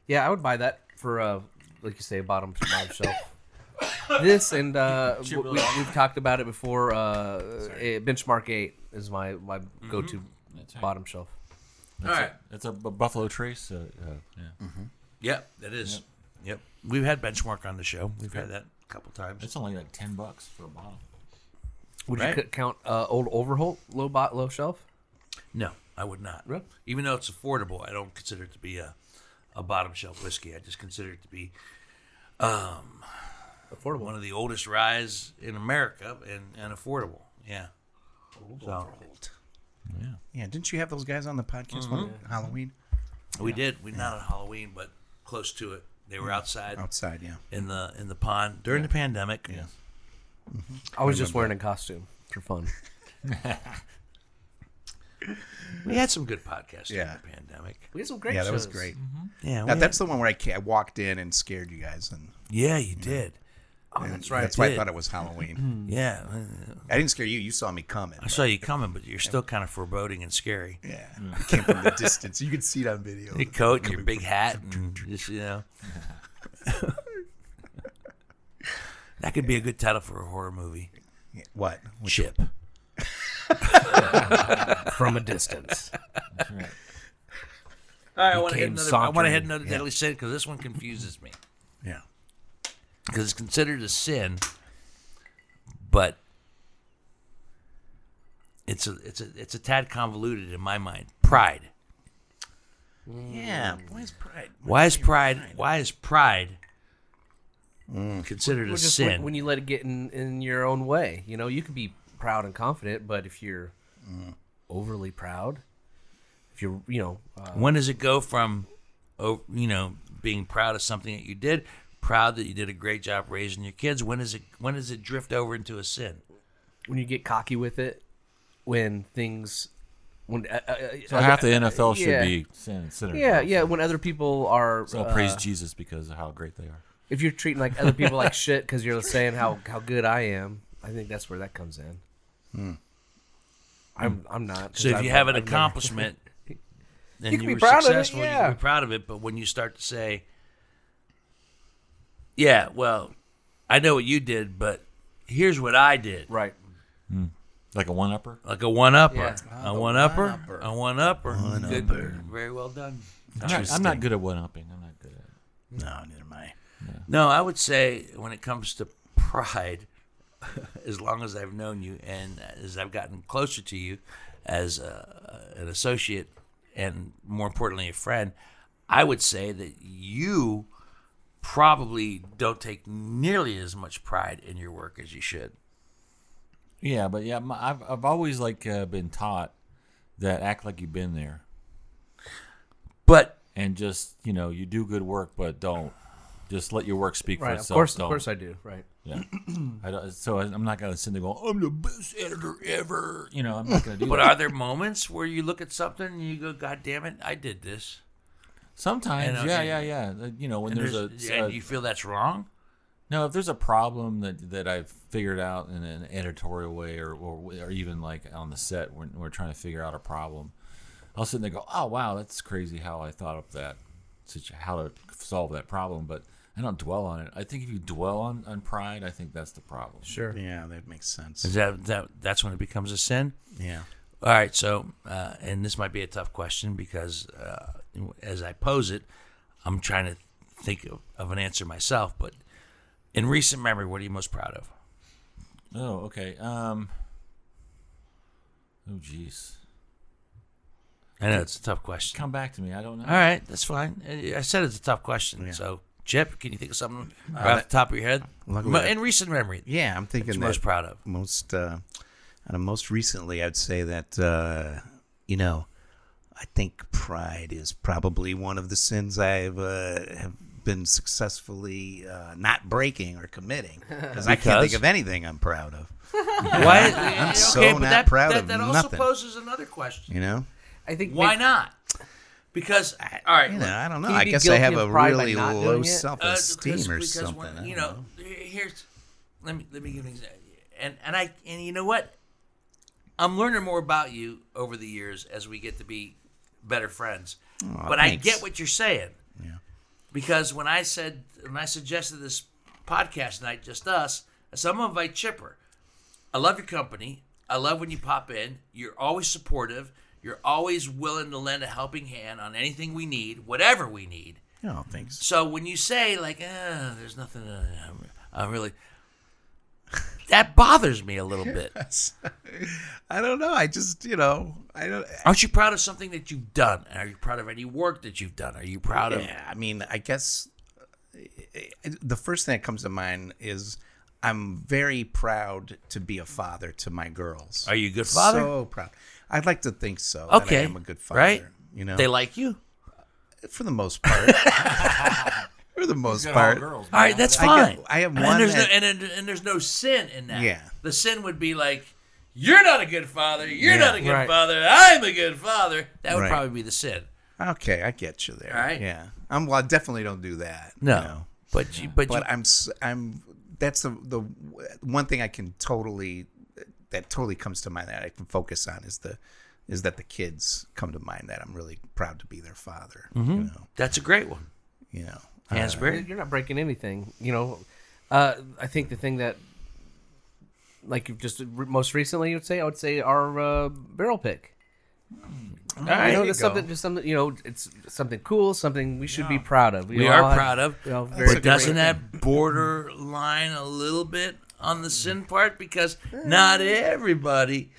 B: Yeah, I would buy that for, uh, like you say, bottom bottom shelf. this and uh, w- we, we've talked about it before. Uh, eh, Benchmark Eight is my my go to bottom shelf.
A: All right.
C: It's a, bu- Buffalo Trace. Uh, uh, yeah.
A: Yep, that is. Yep. We've had benchmark on the show. We've had that a couple times.
C: It's only like ten bucks for a bottle.
B: Would
A: Right.
B: you c- count uh, Old Overholt low bot low shelf?
A: No, I would not.
B: Really?
A: Even though it's affordable, I don't consider it to be a, a bottom shelf whiskey. I just consider it to be um,
B: Affordable.
A: one of the oldest ryes in America and, and affordable. Yeah. So,
D: Yeah, didn't you have those guys on the podcast one
B: Mm-hmm.
D: Halloween
A: we did. We not on Halloween, but close to it. They were outside
D: outside? Yeah,
A: in the in the pond during the pandemic. Yeah.
B: I was just wearing a costume for fun.
A: We had some good podcasts during
D: Yeah.
A: the pandemic.
B: We had some great.
D: yeah, that was
B: shows.
D: great.
A: Oh, Yeah.
D: Now, that's the one where I, ca- I walked in and scared you guys, and
A: yeah, you did. Oh, that's right.
D: that's why I
A: did.
D: thought it was Halloween.
A: Yeah.
D: I didn't scare you; you saw me coming.
A: I saw you coming, but you're still kind of foreboding and scary.
D: Yeah, I came from the distance. You could see it on video.
A: Your coat and your big hat, and just, you know. that could be a good title for a horror movie.
D: Yeah, What?
A: Chip.
B: from a distance.
A: All right, I want to hit
B: came
A: another. I want to hit
B: sauntering.
A: another deadly sin because this one confuses me
D: Yeah.
A: because it's considered a sin, but it's a it's a it's a tad convoluted in my mind. Pride.
D: Yeah. Boys pride.
A: Why is pride? Why is pride considered
B: Well,
A: a
B: just when,
A: sin?
B: when you let it get in, in your own way, you know, you could be proud and confident, but if you're
A: Mm.
B: overly proud, if you're, you know, uh,
A: when does it go from, oh, you know, being proud of something that you did, proud that you did a great job raising your kids? When does it when does it drift over into a sin?
B: when you get cocky with it, when things, when uh, uh, uh,
C: So half the NFL
B: yeah.
C: should be sin, sinners.
B: yeah, yeah, when other people are,
C: So
B: uh,
C: praise Jesus because of how great they are.
B: if you're treating like other people like shit because you're saying how how good I am, I think that's where that comes in. I'm I'm not.
A: Hmm.
B: 'cause
A: So if
B: I've-
A: you have an
B: I've never-
A: accomplishment, then
B: You
A: you,
B: can be
A: were
B: proud of it,
A: successful, you
B: yeah.
A: can be proud of it. But when you start to say, "Yeah, well, I know what you did, but here's what I did,"
B: right?
C: Like a one upper.
A: like a one upper,
B: Yeah.
A: a one upper, a one upper, Good. very well done.
C: I'm not, I'm not good at one upping. I'm not good at. it.
D: No, neither am I.
A: No, I would say when it comes to pride, as long as I've known you and as I've gotten closer to you as a, an associate and more importantly a friend, I would say that you probably don't take nearly as much pride in your work as you should.
C: Yeah, but yeah, my, I've I've always like uh, been taught that act like you've been there
A: But
C: and just you know you do good work, but don't just let your work speak for
B: Right. Of
C: itself.
B: course,
C: don't.
B: of course, I do. Right.
C: Yeah. I don't, so I- I'm not gonna sit there going, I'm the best editor ever. You know, I'm not gonna do
A: but
C: that.
A: are there moments where you look at something and you go, "God damn it, I did this,"
C: Sometimes,
A: and, uh,
C: yeah, yeah, yeah. Uh, You know, when
A: and,
C: there's,
A: there's-
C: a, uh,
A: and
C: a-
A: you feel that's wrong?
C: no, if there's a problem that that I've figured out in an editorial way, or or, or even like on the set when we're trying to figure out a problem, I'll sit there and go, oh wow, that's crazy how I thought of that, situ- how to solve that problem, but. I don't dwell on it. I think if you dwell on, on pride, I think that's the problem.
B: Sure.
D: Yeah, that makes sense.
A: Is that, that that's when it becomes a sin?
D: Yeah.
A: All right, so uh, and this might be a tough question because uh, as I pose it, I'm trying to think of, of an answer myself. But in recent memory, what are you most proud of?
C: Oh, okay. Um. Oh, jeez.
A: I know it's a tough question.
C: Come back to me. I don't know.
A: All right, that's fine. I I said it's a tough question. So, Chip, can you think of something right off the top of your head?
D: Uh, Luckily
A: Mo-
D: I-
A: in recent memory, yeah,
D: Yeah, I'm thinking
A: you're
D: that
A: most proud of.
D: most uh, out of most recently, I'd say that uh, you know, I think pride is probably one of the sins I've uh, have been successfully uh, not breaking or committing because I can't think
A: Because?
D: of anything I'm proud of.
A: Why? I'm
D: so not proud
A: that,
D: of
A: that also
D: nothing.
A: poses another question.
D: You know,
B: I think
A: Why
B: may-
A: not? Because all right,
D: you know, I don't know.
B: Can you
D: I
B: be
D: guess I
B: guilty
D: have
B: of
D: a
B: pride by
D: really
B: not doing
D: low
B: it?
A: Uh,
D: self-esteem or
A: because
D: something.
A: When,
D: I
A: you
D: don't
A: know, here's let me let me give an example. And and I and you know what? I'm learning more about you over the years as we get to be better friends. but I
D: thanks.
A: get what you're saying.
D: Yeah.
A: Because when I said when I suggested this podcast night, just us. So I'm gonna invite Chipper. I love your company. I love when you pop in. You're always supportive. You're always willing to lend a helping hand on anything we need, whatever we need.
D: Oh, thanks.
A: So when you say like, eh, "There's nothing," uh, I'm really that bothers me a little bit.
D: I don't know. I just, you know, I don't.
A: Aren't you proud of something that you've done? Are you proud of any work that you've done? Are you proud of?
D: Yeah, I mean, I guess uh, the first thing that comes to mind is I'm very proud to be a father to my girls.
A: Are you a good father?
D: So proud. I'd like to think so. that
A: okay,
D: I am a good father.
A: right?
D: You know,
A: they like you.
D: for the most part. for the most part.
C: girls.
A: All right, that's
D: I get-
A: fine.
D: I have
A: and
D: one
A: There's
D: that-
A: no, and, and, and there's no sin in that.
D: Yeah.
A: The sin would be like, you're not a good father. You're
D: Yeah.
A: not a good
B: Right.
A: father. I'm a good father. That would
D: Right.
A: probably be the sin.
D: Okay, I get you there.
A: All right.
D: Yeah. I'm. Well, I definitely don't do that. you
A: No.
D: know.
A: But you, but,
D: but
A: you,
D: I'm s- I'm that's the the one thing I can totally that totally comes to mind that I can focus on is the is that the kids come to mind that I'm really proud to be their father. You know,
A: that's a great one.
D: you know.
A: Hansberry.
B: You're not breaking anything, you know. Uh, I think the thing that, like you've just re- most recently, you'd say, I would say our uh, barrel pick.
D: right,
B: you know,
D: Hmm. there you
B: that's
D: go.
B: something, just something, you know, it's something cool, something we should be proud of.
A: We are proud of.
B: You know, very
A: But doesn't that borderline a little bit on the sin part? Because not everybody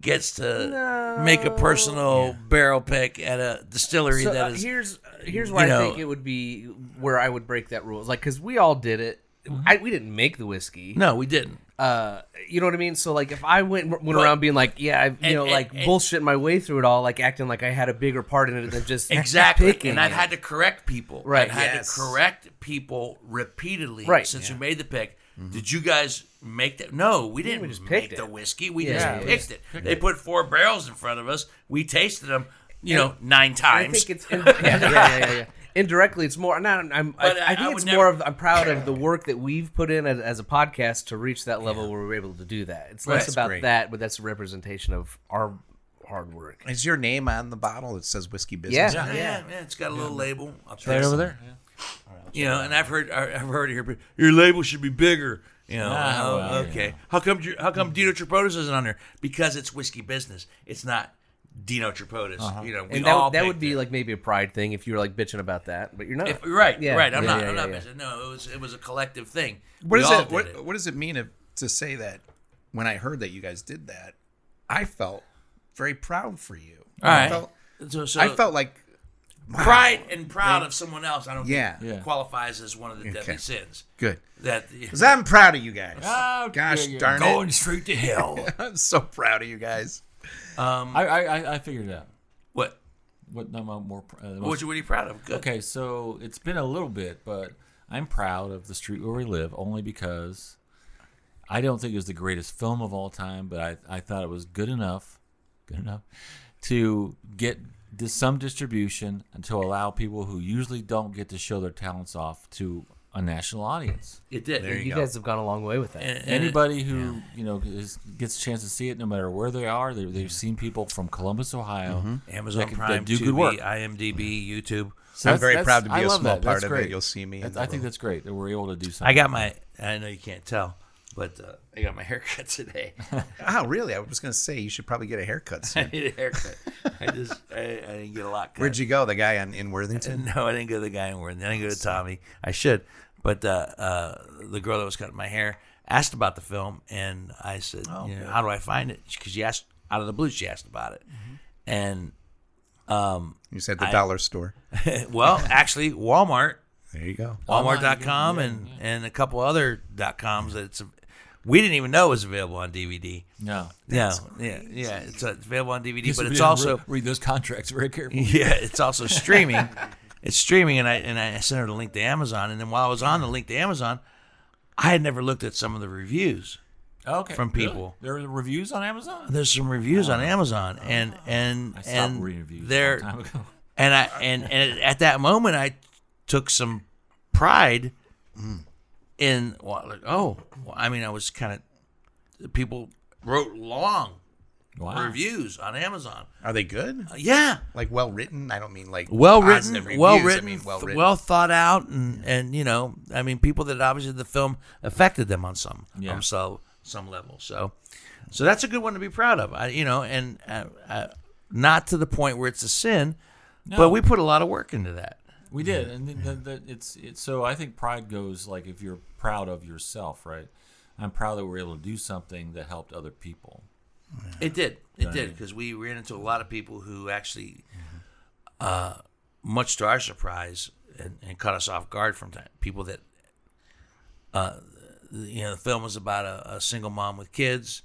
A: gets to make a personal barrel pick at a distillery
B: So,
A: that
B: uh,
A: is.
B: here's here's where
A: you know-
B: I think it would be where I would break that rule, like because we all did it.
A: Mm-hmm.
B: I, we didn't make the whiskey.
A: no, we didn't.
B: Uh, you know what I mean? So like, if I went went around being like, yeah, I, you
A: and-
B: know,
A: and-
B: like
A: and-
B: bullshit my way through it all, like acting like I had a bigger part in it than just
A: Exactly.
B: picking
A: And I've
B: it.
A: had to correct people.
B: Right.
A: I've had
D: Yes.
A: to correct people repeatedly
B: Right. Mm-hmm.
A: since we made the pick. Did you guys make that? No, we didn't
B: just
A: make
B: picked
A: the
B: it.
A: whiskey. We
B: Yeah,
A: just
B: we
A: picked it. They put four barrels in front of us. We tasted them, you know, nine
B: I
A: times.
B: think it's in, yeah, yeah, yeah, yeah, yeah. Indirectly, it's more. Not, I'm. I,
A: But I-
B: I think
A: I
B: it's
A: would
B: more
A: never-
B: of. I'm proud of the work that we've put in as, as a podcast to reach that level where we're able to do that. It's less
D: That's
B: about
D: great.
B: that, but that's a representation of our hard work.
D: Is your name on the bottle? It says whiskey
B: Yeah,
D: business.
B: yeah.
A: yeah, yeah, it's got a little label up
C: Right
A: there.
C: over there.
A: You know, and I've heard I- I've heard here, but your label should be bigger. You know,
C: Ah,
A: oh,
C: well,
A: okay. How come you- how come Dino Tripodis isn't on there? Because it's whiskey business. It's not Dino Tripodis.
C: Uh-huh.
A: You know, we
B: And
A: all
B: that, that
A: picked
B: would be
A: it.
B: like maybe a pride thing if you were like bitching about that, but you're not.
A: If- right,
B: Yeah.
A: right. I'm
B: Yeah,
A: not.
B: yeah,
A: I'm
B: yeah,
A: not.
B: yeah.
A: missing- No, it was it was a collective thing.
D: What
A: We
D: is
A: all
D: it?
A: did
D: What,
A: it.
D: what does it mean if, to say that? When I heard that you guys did that, I felt very proud for you.
A: All
D: I
A: right.
D: felt,
A: so, so
D: I felt like wow,
A: pride and proud of someone else. I don't.
D: Yeah.
A: think
C: Yeah.
A: qualifies as one of the deadly
D: Okay.
A: sins.
D: good.
A: That
D: 'Cause I'm proud of you guys.
C: Oh,
D: Gosh
C: yeah, yeah.
D: darn
A: going
D: it!
A: straight to hell.
D: I'm so proud of you guys.
C: I, I, I- I figured it out.
A: what?
C: What I'm uh, more. pr- Uh,
A: What
C: the most-
A: you? What are you proud of? Good.
C: okay, so it's been a little bit, but I'm proud of the street where we live only because I don't think it was the greatest film of all time, but I, I thought it was good enough, good enough to get this, some distribution and to allow people who usually don't get to show their talents off to a national audience.
A: It did.
D: There
B: you
D: you go.
B: guys have gone a long way with that.
A: And- and-
C: Anybody who you know is, gets a chance to see it, no matter where they are, they, they've seen people from Columbus, Ohio.
A: Amazon
C: that can- that
A: Prime,
C: do
A: TV,
C: good work.
A: IMDb, YouTube.
C: So
D: I'm
C: that's-
D: very
C: that's-
D: proud to be
C: I
D: a
C: love
D: small
C: that.
D: part
C: That's
D: of it.
C: great.
D: You'll see me in
C: That's-
D: the
C: I think
D: world.
C: that's great that we're able to do something.
A: I got my. I know you can't tell, but uh, I got my haircut today.
D: Oh, really? I was gonna say you should probably get a haircut
A: I
D: soon.
A: need a haircut. I just. I, I didn't get a lot. Cut.
D: Where'd you go? The guy on in Worthington.
A: No, I didn't go to the guy in Warren. I didn't go to Tommy. I should. But uh, uh, the girl that was cutting my hair asked about the film, and I said,
C: Oh,
A: you know, "How do I find it?" Because she asked out of the blue. She asked about it,
C: Mm-hmm.
A: and
D: You said the dollar store.
A: well, actually, Walmart,
D: There you go.
A: Walmart.com, and and a couple other dot coms that's we didn't even know was available on DVD.
C: no.
A: Yeah, yeah, yeah. It's, uh, it's available on DVD, but
C: We
A: it's
C: didn't
A: also
C: re- read those contracts very carefully.
A: Yeah, it's also streaming. it's streaming, and I and I sent her the link to Amazon. And then while I was on the link to Amazon, I had never looked at some of the reviews.
C: Okay,
A: From people.
C: There are reviews on Amazon.
A: There's some reviews on Amazon, and and
C: Oh, I stopped
A: and
C: reading reviews a long
A: there-
C: time ago.
A: and I and and at that moment, I took some pride in well, like, oh, well, I mean, I was kind of people wrote long
C: Wow.
A: reviews on Amazon.
D: Are they good?
A: Uh, yeah,
D: Like well written? I don't mean like
A: well written,
D: positive
A: well
D: reviews. I
A: written,
D: mean,
A: th- well,
D: well-written.
A: thought out, and and you know, I mean, people that obviously the film affected them on some,
C: Yeah.
A: on so some level. So, so that's a good one to be proud of. I, you know, and uh, uh, not to the point where it's a sin, but we put a lot of work into that.
C: We did, and then the, the, it's it's so I think pride goes like if you're proud of yourself, right? I'm proud that we're able to do something that helped other people.
A: It did. It did because we ran into a lot of people who actually, uh, much to our surprise, and, and caught us off guard from time. People that, uh, you know, the film was about a, a single mom with kids.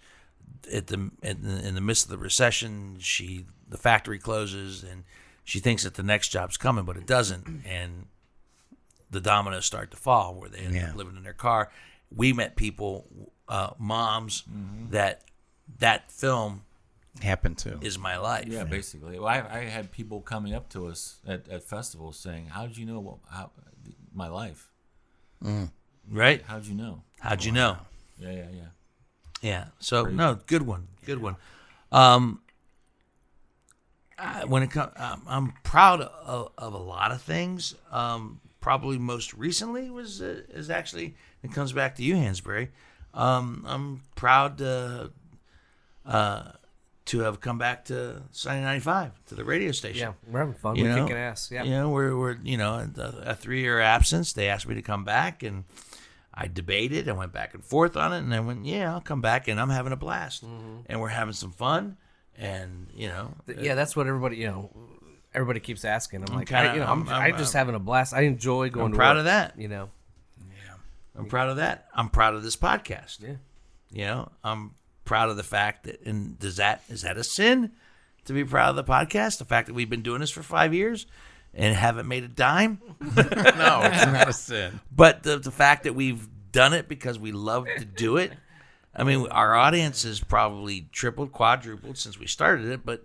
A: At the in, the in the midst of the recession, she the factory closes and she thinks that the next job's coming, but it doesn't, and the dominoes start to fall where they end
D: Yeah.
A: up living in their car. We met people, uh, moms that that film
D: Happened to.
A: is my life.
C: Yeah, basically. Well, I, I had people coming up to us at, at festivals saying, "How did you know what, how, my life?
A: Right?
C: How did you know?"
A: How'd you know?
C: Yeah, yeah, yeah.
A: Yeah. So no, good one. Good one. Um, I, when it comes, um, I'm proud of, of a lot of things. Um, probably most recently was uh, is actually it comes back to you, Hansberry. Um, I'm proud to uh, to have come back to Sunny 95 to the radio station.
B: Yeah, we're having fun.
A: You
B: we're
A: know?
B: kicking ass. Yeah.
A: you know, we're, we're you know, a, a three year absence. They asked me to come back, and I debated. I went back and forth on it, and I went, yeah, I'll come back, and I'm having a blast,
B: Mm-hmm.
A: and we're having some fun, and you know,
B: Th- yeah, that's what everybody you know. Everybody keeps asking. I'm, like,
A: kinda-
B: I, you know, I'm,
A: I'm-
B: j-
A: I'm-
B: I'm just having a blast. I enjoy going.
A: I'm
B: to
A: proud
B: work,
A: of that.
B: You know,
A: I'm proud of that. I'm proud of this podcast.
B: Yeah.
A: you know, I'm proud of the fact that, and does that is that a sin to be proud of the podcast? The fact that we've been doing this for five years and haven't made a dime.
D: No, it's not a sin.
A: But the, the fact that we've done it because we love to do it, I mean, our audience has probably tripled, quadrupled since we started it. But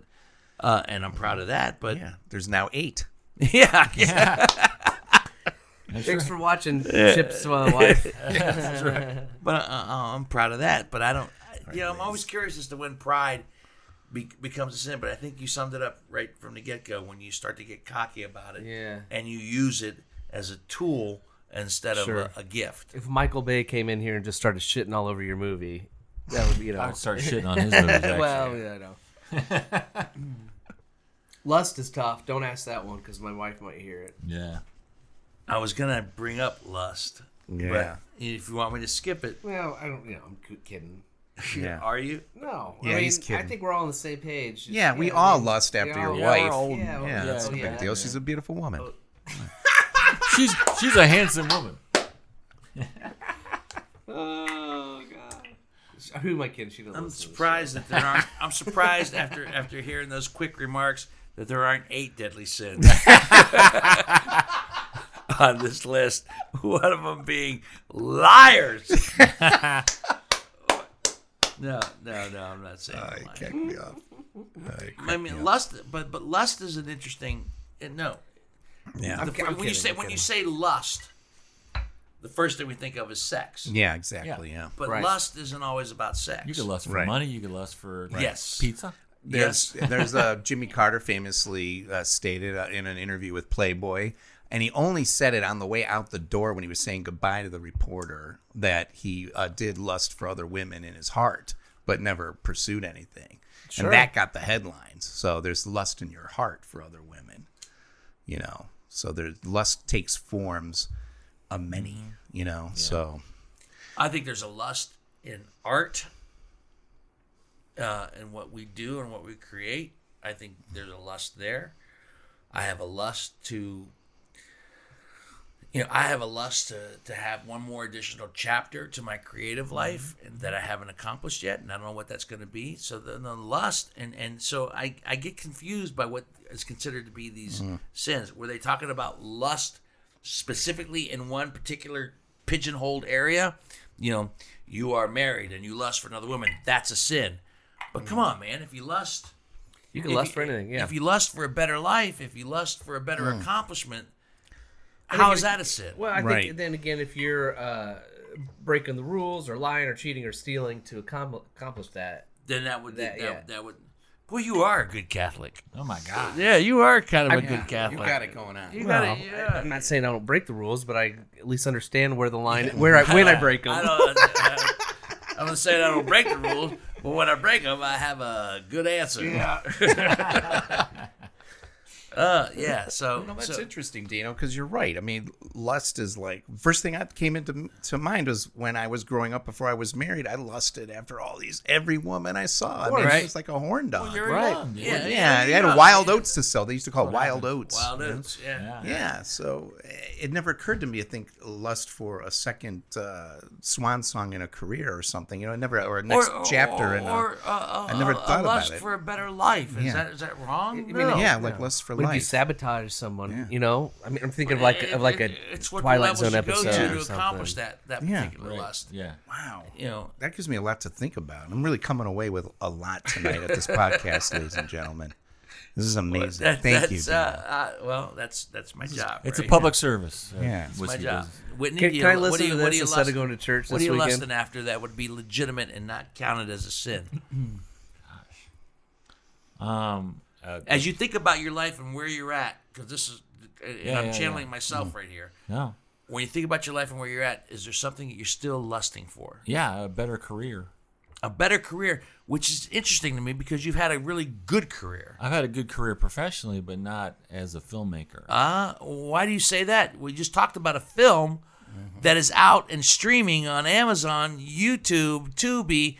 A: uh, and I'm proud of that. But yeah,
D: Yeah, there's now eight.
A: yeah,
B: thanks for watching Chips uh, Life.
A: but uh, uh, I'm proud of that. But I don't, I, you know, I'm always curious as to when pride be- becomes a sin. But I think you summed it up right from the get go when you start to get cocky about it,
B: Yeah.
A: and you use it as a tool instead
B: Sure.
A: of a, a gift.
B: If Michael Bay came in here and just started shitting all over your movie, that would be, you know.
C: I would start shitting on his movies. Actually.
B: well, yeah, I know. Lust is tough. Don't ask that one because my wife might hear it.
C: yeah.
A: I was gonna bring up lust,
D: Yeah.
A: but if you want me to skip it,
B: Well, I don't. You know, I'm c- kidding.
D: Yeah.
A: are you?
B: No,
D: Yeah,
B: I mean,
D: he's
B: I
D: kidding.
B: think we're all on the same page. Just-
D: Yeah, we
B: I
D: all
B: mean,
D: lust
B: we
D: after your
B: all-
D: Yeah, we're wife.
C: old.
B: Yeah, well,
D: Yeah, that's
B: oh,
D: no
B: yeah.
D: big deal. She's a beautiful woman.
C: She's she's a handsome woman.
B: Oh god. Who am I kidding? She doesn't.
A: I'm
B: listen to this
A: surprised that there aren't. I'm surprised after after hearing those quick remarks that there aren't eight deadly sins on this list. One of them being liars. no, no, no. I'm not saying.
D: I
A: I'm lying.
D: kicked me off.
A: I mean, lust, but but lust is an interesting. uh, No,
D: Yeah.
A: The fir- when you say when you say lust, the first thing we think of is sex.
D: Yeah, exactly. Yeah.
A: But
B: Right.
A: lust isn't always about sex.
C: You could lust for
D: Right.
C: money. You could lust for
A: Yes.
C: pizza.
D: There's there's uh, Jimmy Carter famously uh, stated uh, in an interview with Playboy, and he only said it on the way out the door when he was saying goodbye to the reporter that he uh, did lust for other women in his heart, but never pursued anything. And that got the headlines. So there's lust in your heart for other women, you know. So there's lust takes forms, a many,
A: Mm-hmm.
D: you know. So
A: I think there's a lust in art uh, and what we do and what we create. I think there's a lust there. I have a lust to, you know, I have a lust to, to have one more additional chapter to my creative life and that I haven't accomplished yet. And I don't know what that's going to be. So the, the lust, and, and so I, I get confused by what is considered to be these sins. Were they talking about lust specifically in one particular pigeonholed area? You know, you are married and you lust for another woman. That's a sin. But come on, man, if you lust
B: You can
A: if
B: lust
A: you-
B: for anything. Yeah.
A: If you lust for a better life, if you lust for a better accomplishment, how is that a sin?
B: well, I
D: Right.
B: think then again, if you're uh, breaking the rules or lying or cheating or stealing to accom- accomplish that,
A: then that would that,
B: That- yeah.
A: that, would. Well, you are a good Catholic.
C: Oh my God.
A: Yeah, you are kind of a good
D: You
A: Catholic.
D: got it going on.
A: You
B: Well,
A: got it. Yeah.
B: I'm not saying I don't break the rules, but I at least understand where the line, where I, when I break
A: I
B: them.
A: don't. I, I'm not saying I don't break the rules, but when I break them, I have a good answer. Yeah. uh, yeah. So,
D: Well, that's
A: so-
D: interesting, Dino, because you're right. I mean, lust is like first thing that came into to mind was when I was growing up before I was married. I lusted after all these every woman I saw. I mean,
A: Right.
D: it was like a horn dog.
A: Right.
C: young.
A: Yeah.
D: yeah,
A: yeah,
D: they had
A: yeah.
D: wild oats to sell. They used to call it wild oats.
A: Wild oats. Yeah.
D: Yeah, so eh, it never occurred to me to think lust for a second uh, swan song in a career or something. You know, it never or a next chapter in a,
A: or uh,
D: I never
A: a- a
D: thought about
A: lust
D: it.
A: for a better life. Is
D: Yeah.
A: that is that wrong?
B: I mean,
A: no.
D: yeah, like lust for
B: What if you
D: life.
B: sabotage someone?
D: Yeah.
B: You know, I mean, I'm thinking of like of like a
A: It- it's what
B: Twilight
A: levels
B: Zone
A: you
B: episode
A: go to,
B: or
A: to
B: something.
A: accomplish that that
D: Yeah.
A: particular
C: Right.
A: lust.
C: Yeah.
D: wow,
A: You know,
D: that gives me a lot to think about. I'm really coming away with a lot tonight at this podcast, ladies and gentlemen. This is amazing.
A: that,
D: Thank you.
A: that's,
D: Dino.
A: Uh, uh, well, that's that's my job.
C: It's a
A: right?
C: public service. uh,
D: Yeah. It's my
A: My
C: whiskey
A: job.
C: business.
A: Whitney,
B: Can,
A: do you,
B: can I
A: what do
B: listen
A: you,
B: to
A: what do
B: this
A: you
B: instead
A: lust-
B: of going to church
A: What
B: this
A: are you
B: weekend?
A: lusting after that would be legitimate and not counted as a sin?
C: Um, uh,
A: As you think about your life and where you're at, because this is, and
C: Yeah,
A: I'm
C: yeah,
A: channeling
C: yeah.
A: myself
B: Mm.
A: right here.
C: no.
A: When you think about your life and where you're at, is there something that you're still lusting for?
C: Yeah, a better career.
A: A better career, which is interesting to me because you've had a really good career.
C: I've had a good career professionally, but not as a filmmaker.
A: Uh, why do you say that? We just talked about a film
D: Mm-hmm.
A: that is out and streaming on Amazon, YouTube, Tubi,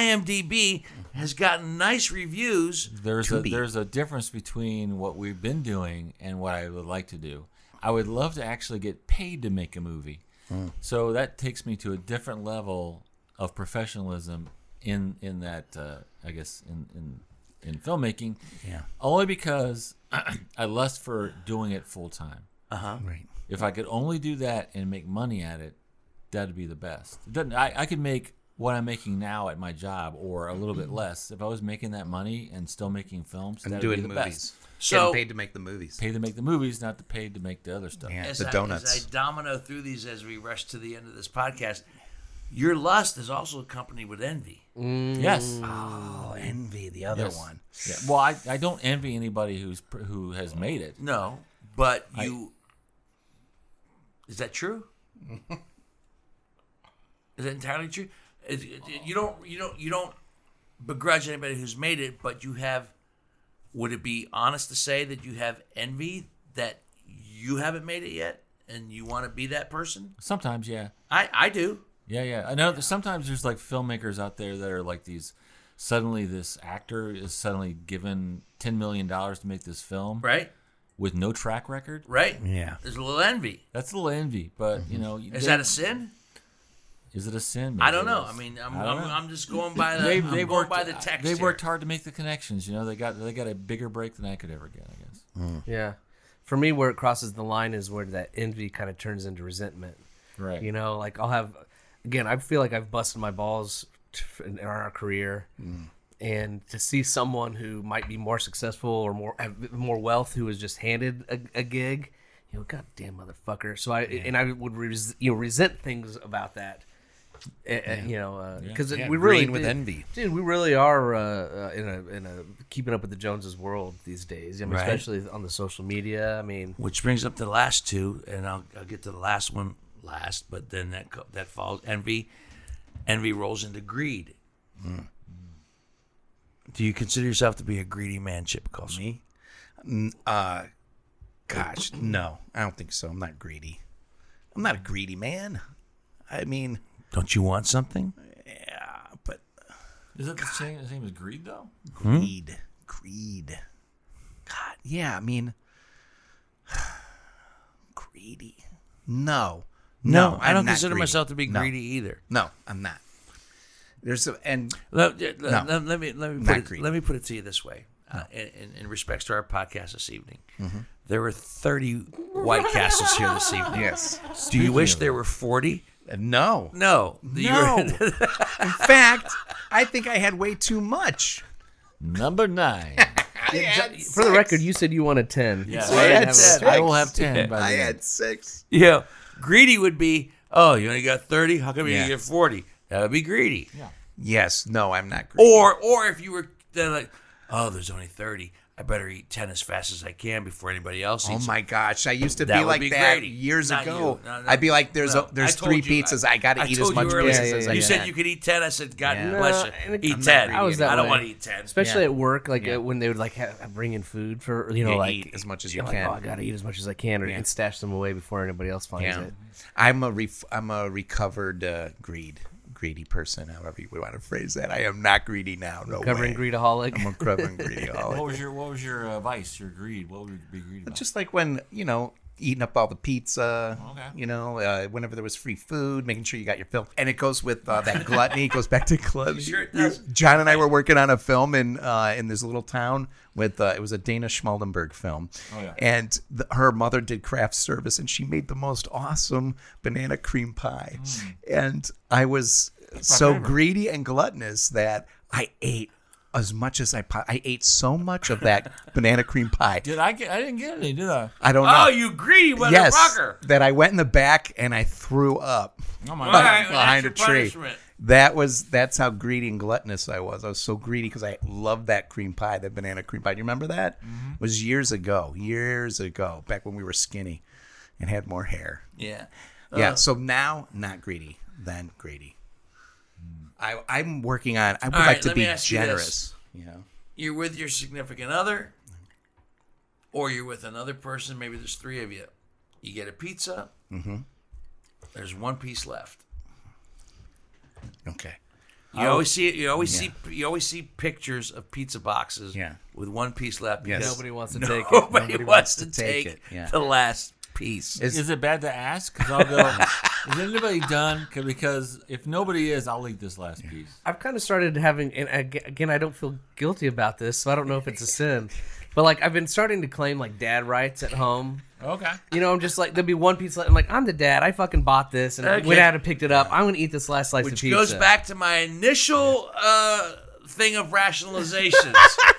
A: IMDb,
D: Mm-hmm.
A: has gotten nice reviews.
C: there's a there's a difference between what we've been doing and what I would like to do. I would love to actually get paid to make a movie. So that takes me to a different level of professionalism in in that uh, I guess in in in filmmaking. Yeah. Only because I lust for doing it full time.
D: right.
C: If I could only do that and make money at it, that'd be the best. It doesn't, I, I could make what I'm making now at my job or a little bit less. If I was making that money and still making films,
D: Mm-hmm. And
C: that'd
D: doing
C: be the
D: movies.
C: best.
A: So-
D: Getting paid to make the movies.
C: Paid to make the movies, not the paid to make the other stuff.
D: Yeah,
A: As
D: the
A: I,
D: donuts.
A: As I domino through these as we rush to the end of this podcast, your lust is also accompanied with envy.
C: Yes.
D: oh, envy the other
C: Yes.
D: one.
C: Yeah. Well, I, I don't envy anybody who's pr- who has made it.
A: No, but you. is that true? is that entirely true? Is- is- you don't. You don't. You don't begrudge anybody who's made it, but you have. Would it be honest to say that you have envy that you haven't made it yet, and you want to be that person?
C: Sometimes, yeah.
A: I I do.
C: Yeah, yeah. I know that sometimes there's like filmmakers out there that are like these suddenly this actor is suddenly given 10 million dollars to make this film
A: Right.
C: with no track record.
A: Right.
D: Yeah.
A: There's a little envy.
C: That's a little envy, but you know,
A: Mm-hmm. Is
C: they-
A: that a sin?
C: is it a sin?
A: I
C: Maybe
A: don't
C: it
A: know.
C: is.
A: I mean, I'm,
C: I
A: I
C: don't
A: am
C: know.
A: i am just going by the.
C: They-
A: I'm
C: they
A: going
C: worked
A: by the text.
C: They worked
A: here.
C: hard to make the connections. You know, they got they got a bigger break than I could ever get. I guess.
B: Yeah, for me, where it crosses the line is where that envy kind of turns into resentment.
C: Right.
B: You know, like I'll have again. I feel like I've busted my balls t- in our career,
D: Mm.
B: and to see someone who might be more successful or more have more wealth who is just handed a, a gig, you know, goddamn motherfucker. So I and I would res, you know resent things about that. Uh, uh, You know, because
D: Yeah,
B: we really
D: green with
B: do-
D: envy.
B: dude. We really are uh, uh, in a in a keeping up with the Joneses world these days. I mean,
A: Right.
B: especially on the social media. I mean,
A: Which brings up the last two, and I'll, I'll get to the last one last, but then that co- that falls envy. Envy rolls into greed.
D: Hmm.
A: Do you consider yourself to be a greedy man, Chip Coulson?
D: Me? N- Uh, gosh, no, I don't think so. I'm not greedy. I'm not a greedy man. I mean,
A: Don't you want something?
D: yeah, but
C: Is that the same, the same as greed though?
A: Hmm?
D: greed, greed. God, yeah. I mean, greedy. No, no,
A: I
D: I'm
A: don't
D: not
A: consider
D: greedy.
A: myself to be
D: No.
A: greedy either.
D: No, I'm not. There's a, and
A: Let, let-
D: No.
A: let- let me let me
D: Not
A: put it,
D: greedy.
A: let me put it to you this way, uh, in, in, in respects to our podcast this evening.
D: Mm-hmm.
A: There were thirty White Castles here this evening.
D: yes,
A: Do you wish there were forty?
D: no.
A: No, You
D: No.
A: were-
D: In fact, I think I had way too much.
C: Number nine.
B: For the record, you said you wanted ten. Yeah.
D: I had six.
C: I will have ten by the
D: I
C: end.
D: had six.
A: Yeah. Greedy would be, oh, you only got 30? How come you didn't
D: Yeah.
A: get 40? That would be greedy.
C: Yeah.
D: Yes, no, I'm not greedy.
A: Or or if you were then like, oh, there's only thirty. I better eat ten as fast as I can before anybody else
D: Oh
A: eats.
D: my gosh! I used to
A: That
D: be
A: would
D: like
A: be
D: that
A: greedy.
D: years
A: Not
D: ago.
A: you. No, no,
D: I'd be like, "There's
A: no.
D: a, there's
A: I
D: three
A: told you,
D: pizzas. I, got to eat
A: told
D: as
A: you
D: much
A: earlier.
D: pizzas as I
A: You said
D: can."
A: you could eat ten. I said, God
D: Yeah.
A: bless
B: No,
A: you,
B: and
A: eat
B: I'm
A: ten.
B: I was that
A: I don't
B: way.
A: want to eat ten.
B: especially
D: Yeah.
B: at work, like uh, when they would like have, bring in food for you know
D: Yeah,
B: like
D: eat as much as you
B: you're like,
D: can.
B: oh, I gotta eat as much as I can, or and stash them away before anybody else finds
D: Yeah.
B: it.
D: I'm a ref- I'm a recovered uh, greed greedy person. However you want to phrase that. I am not greedy now. No
B: Covering
D: way.
B: greedaholic.
D: I'm a recovering greedy.
C: What was your What was your uh, vice? Your greed? What would you be greedy about?
D: Just like when you know eating up all the pizza.
C: Okay.
D: You know, uh, whenever there was free food, making sure you got your film. And it goes with uh, that gluttony. It goes back to gluttony.
A: Sure it does.
D: John and I were working on a film in uh, in this little town with uh, it was a Dana Schmaldenberg film,
C: Oh, yeah.
D: and the, her mother did craft service, and she made the most awesome banana cream pie,
A: Hmm.
D: and I was so greedy and gluttonous that I ate as much as I po- I ate so much of that banana cream pie.
C: Did I get? I didn't get any, did I?
D: I don't know.
A: Oh, you greedy motherfucker!
D: yes, that I went in the back and I threw up
C: Oh my
A: All right, well,
D: behind a
A: that's
D: tree.
A: your punishment.
D: That was that's how greedy and gluttonous I was. I was so greedy because I loved that cream pie, that banana cream pie. Do you remember that?
A: Mm-hmm.
D: It was years ago, years ago, back when we were skinny and had more hair.
A: Yeah.
D: yeah. So now, not greedy, then greedy. I I'm working on. I would
A: Hmm. right,
D: like to
A: let me
D: be
A: ask you
D: generous. You know.
A: You're with your significant other, or you're with another person. Maybe there's three of you. You get a pizza. Mm-hmm. There's one piece left.
D: Okay.
A: You always see it. You always see. You always see pictures of pizza boxes.
D: Yeah.
A: With one piece left.
D: Yes.
A: because
B: Nobody wants to
A: nobody
B: take it.
A: wants to
D: take
A: take,
D: it, yeah.
A: the last piece.
D: Is-
C: Is, it bad to ask? Because I'll go. is anybody done? 'Cause- Because if nobody is, I'll eat this last piece.
B: I've kind of started having, and ag- again, I don't feel guilty about this, so I don't know if it's a sin, but like I've been starting to claim like dad rights at home.
C: Okay.
B: You know, I'm just like there'll be one piece left. I'm like, I'm the dad. I fucking bought this, and I
A: Okay.
B: went out and picked it up. I'm gonna eat this last slice of
A: which
B: pizza.
A: goes back to my initial uh, thing of rationalizations.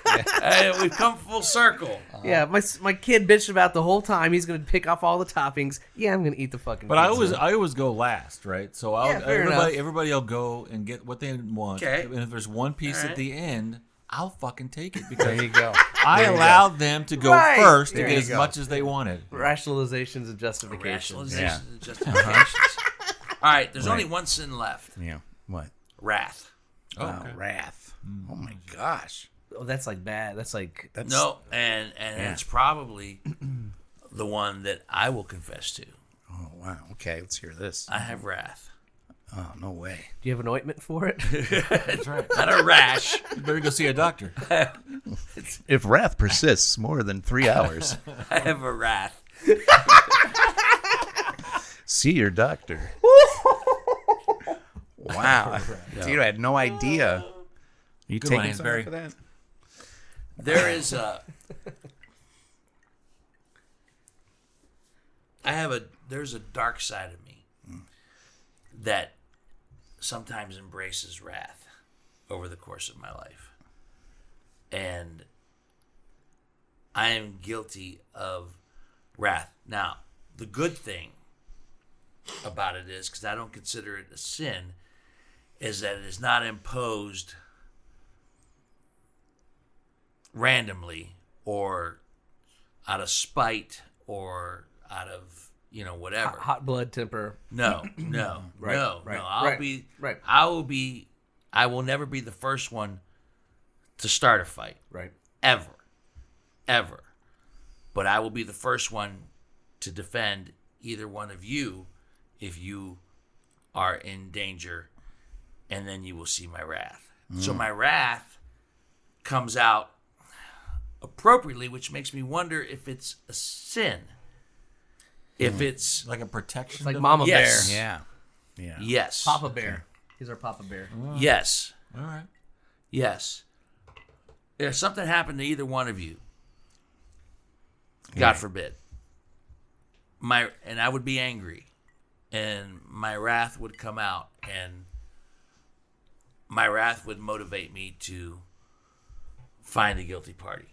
A: Uh, we've come full circle.
B: Yeah, my s- my kid bitched about the whole time. He's gonna pick off all the toppings. Yeah, I'm gonna eat the fucking.
C: But
B: pizza.
C: I always I always go last, right? So I'll
B: Yeah, fair
C: everybody
B: enough.
C: everybody will go and get what they want.
A: Okay.
C: And if there's one piece
A: All right.
C: at the end, I'll fucking take it because
D: you go.
C: I allowed them to go
B: Right.
C: first to
B: There
C: get
D: you
C: as
D: go.
C: much as they wanted.
B: rationalizations and justifications.
A: Rationalizations and justifications. All Uh-huh. right, there's only one sin left:
D: yeah. What?
A: wrath.
D: Wow, wrath. Oh my gosh.
B: Oh, that's like bad. That's like
D: That's
A: Hmm. No, and and it's probably the one that I will confess to.
D: Oh wow. Okay. Let's hear this.
A: I have wrath.
D: Oh no way.
B: do you have an ointment for it?
A: Not a rash.
C: You better go see a doctor.
D: If wrath persists more than three hours,
A: I have a wrath.
D: see your doctor. wow. Dude, I had no idea. Are you
C: Good one,
D: taking
C: Ansbury.
D: something for that?
A: There is a. I have a. There's a dark side of me that sometimes embraces wrath over the course of my life. And I am guilty of wrath. Now, the good thing about it is, because I don't consider it a sin, is that it is not imposed randomly or out of spite or out of you know whatever
B: Hot blood temper.
A: no no no
B: right,
A: no i'll
B: right,
A: be
B: right.
A: i will be i will never be the first one to start a fight
B: Right.
A: ever ever but i will be the first one to defend either one of you if you are in danger and then you will see my wrath so
B: Mm.
A: my wrath comes out appropriately which makes me wonder if it's a sin
B: Mm.
A: if it's
C: Like a protection.
B: It's like
C: device?
B: Mama
A: yes
B: Bear.
D: Yeah. Yeah.
A: yes
B: Papa Bear. He's our Papa Bear.
A: yes
C: All right.
A: Yes. If something happened to either one of you, God forbid, my and I would be angry, and my wrath would come out, and my wrath would motivate me to find the guilty party.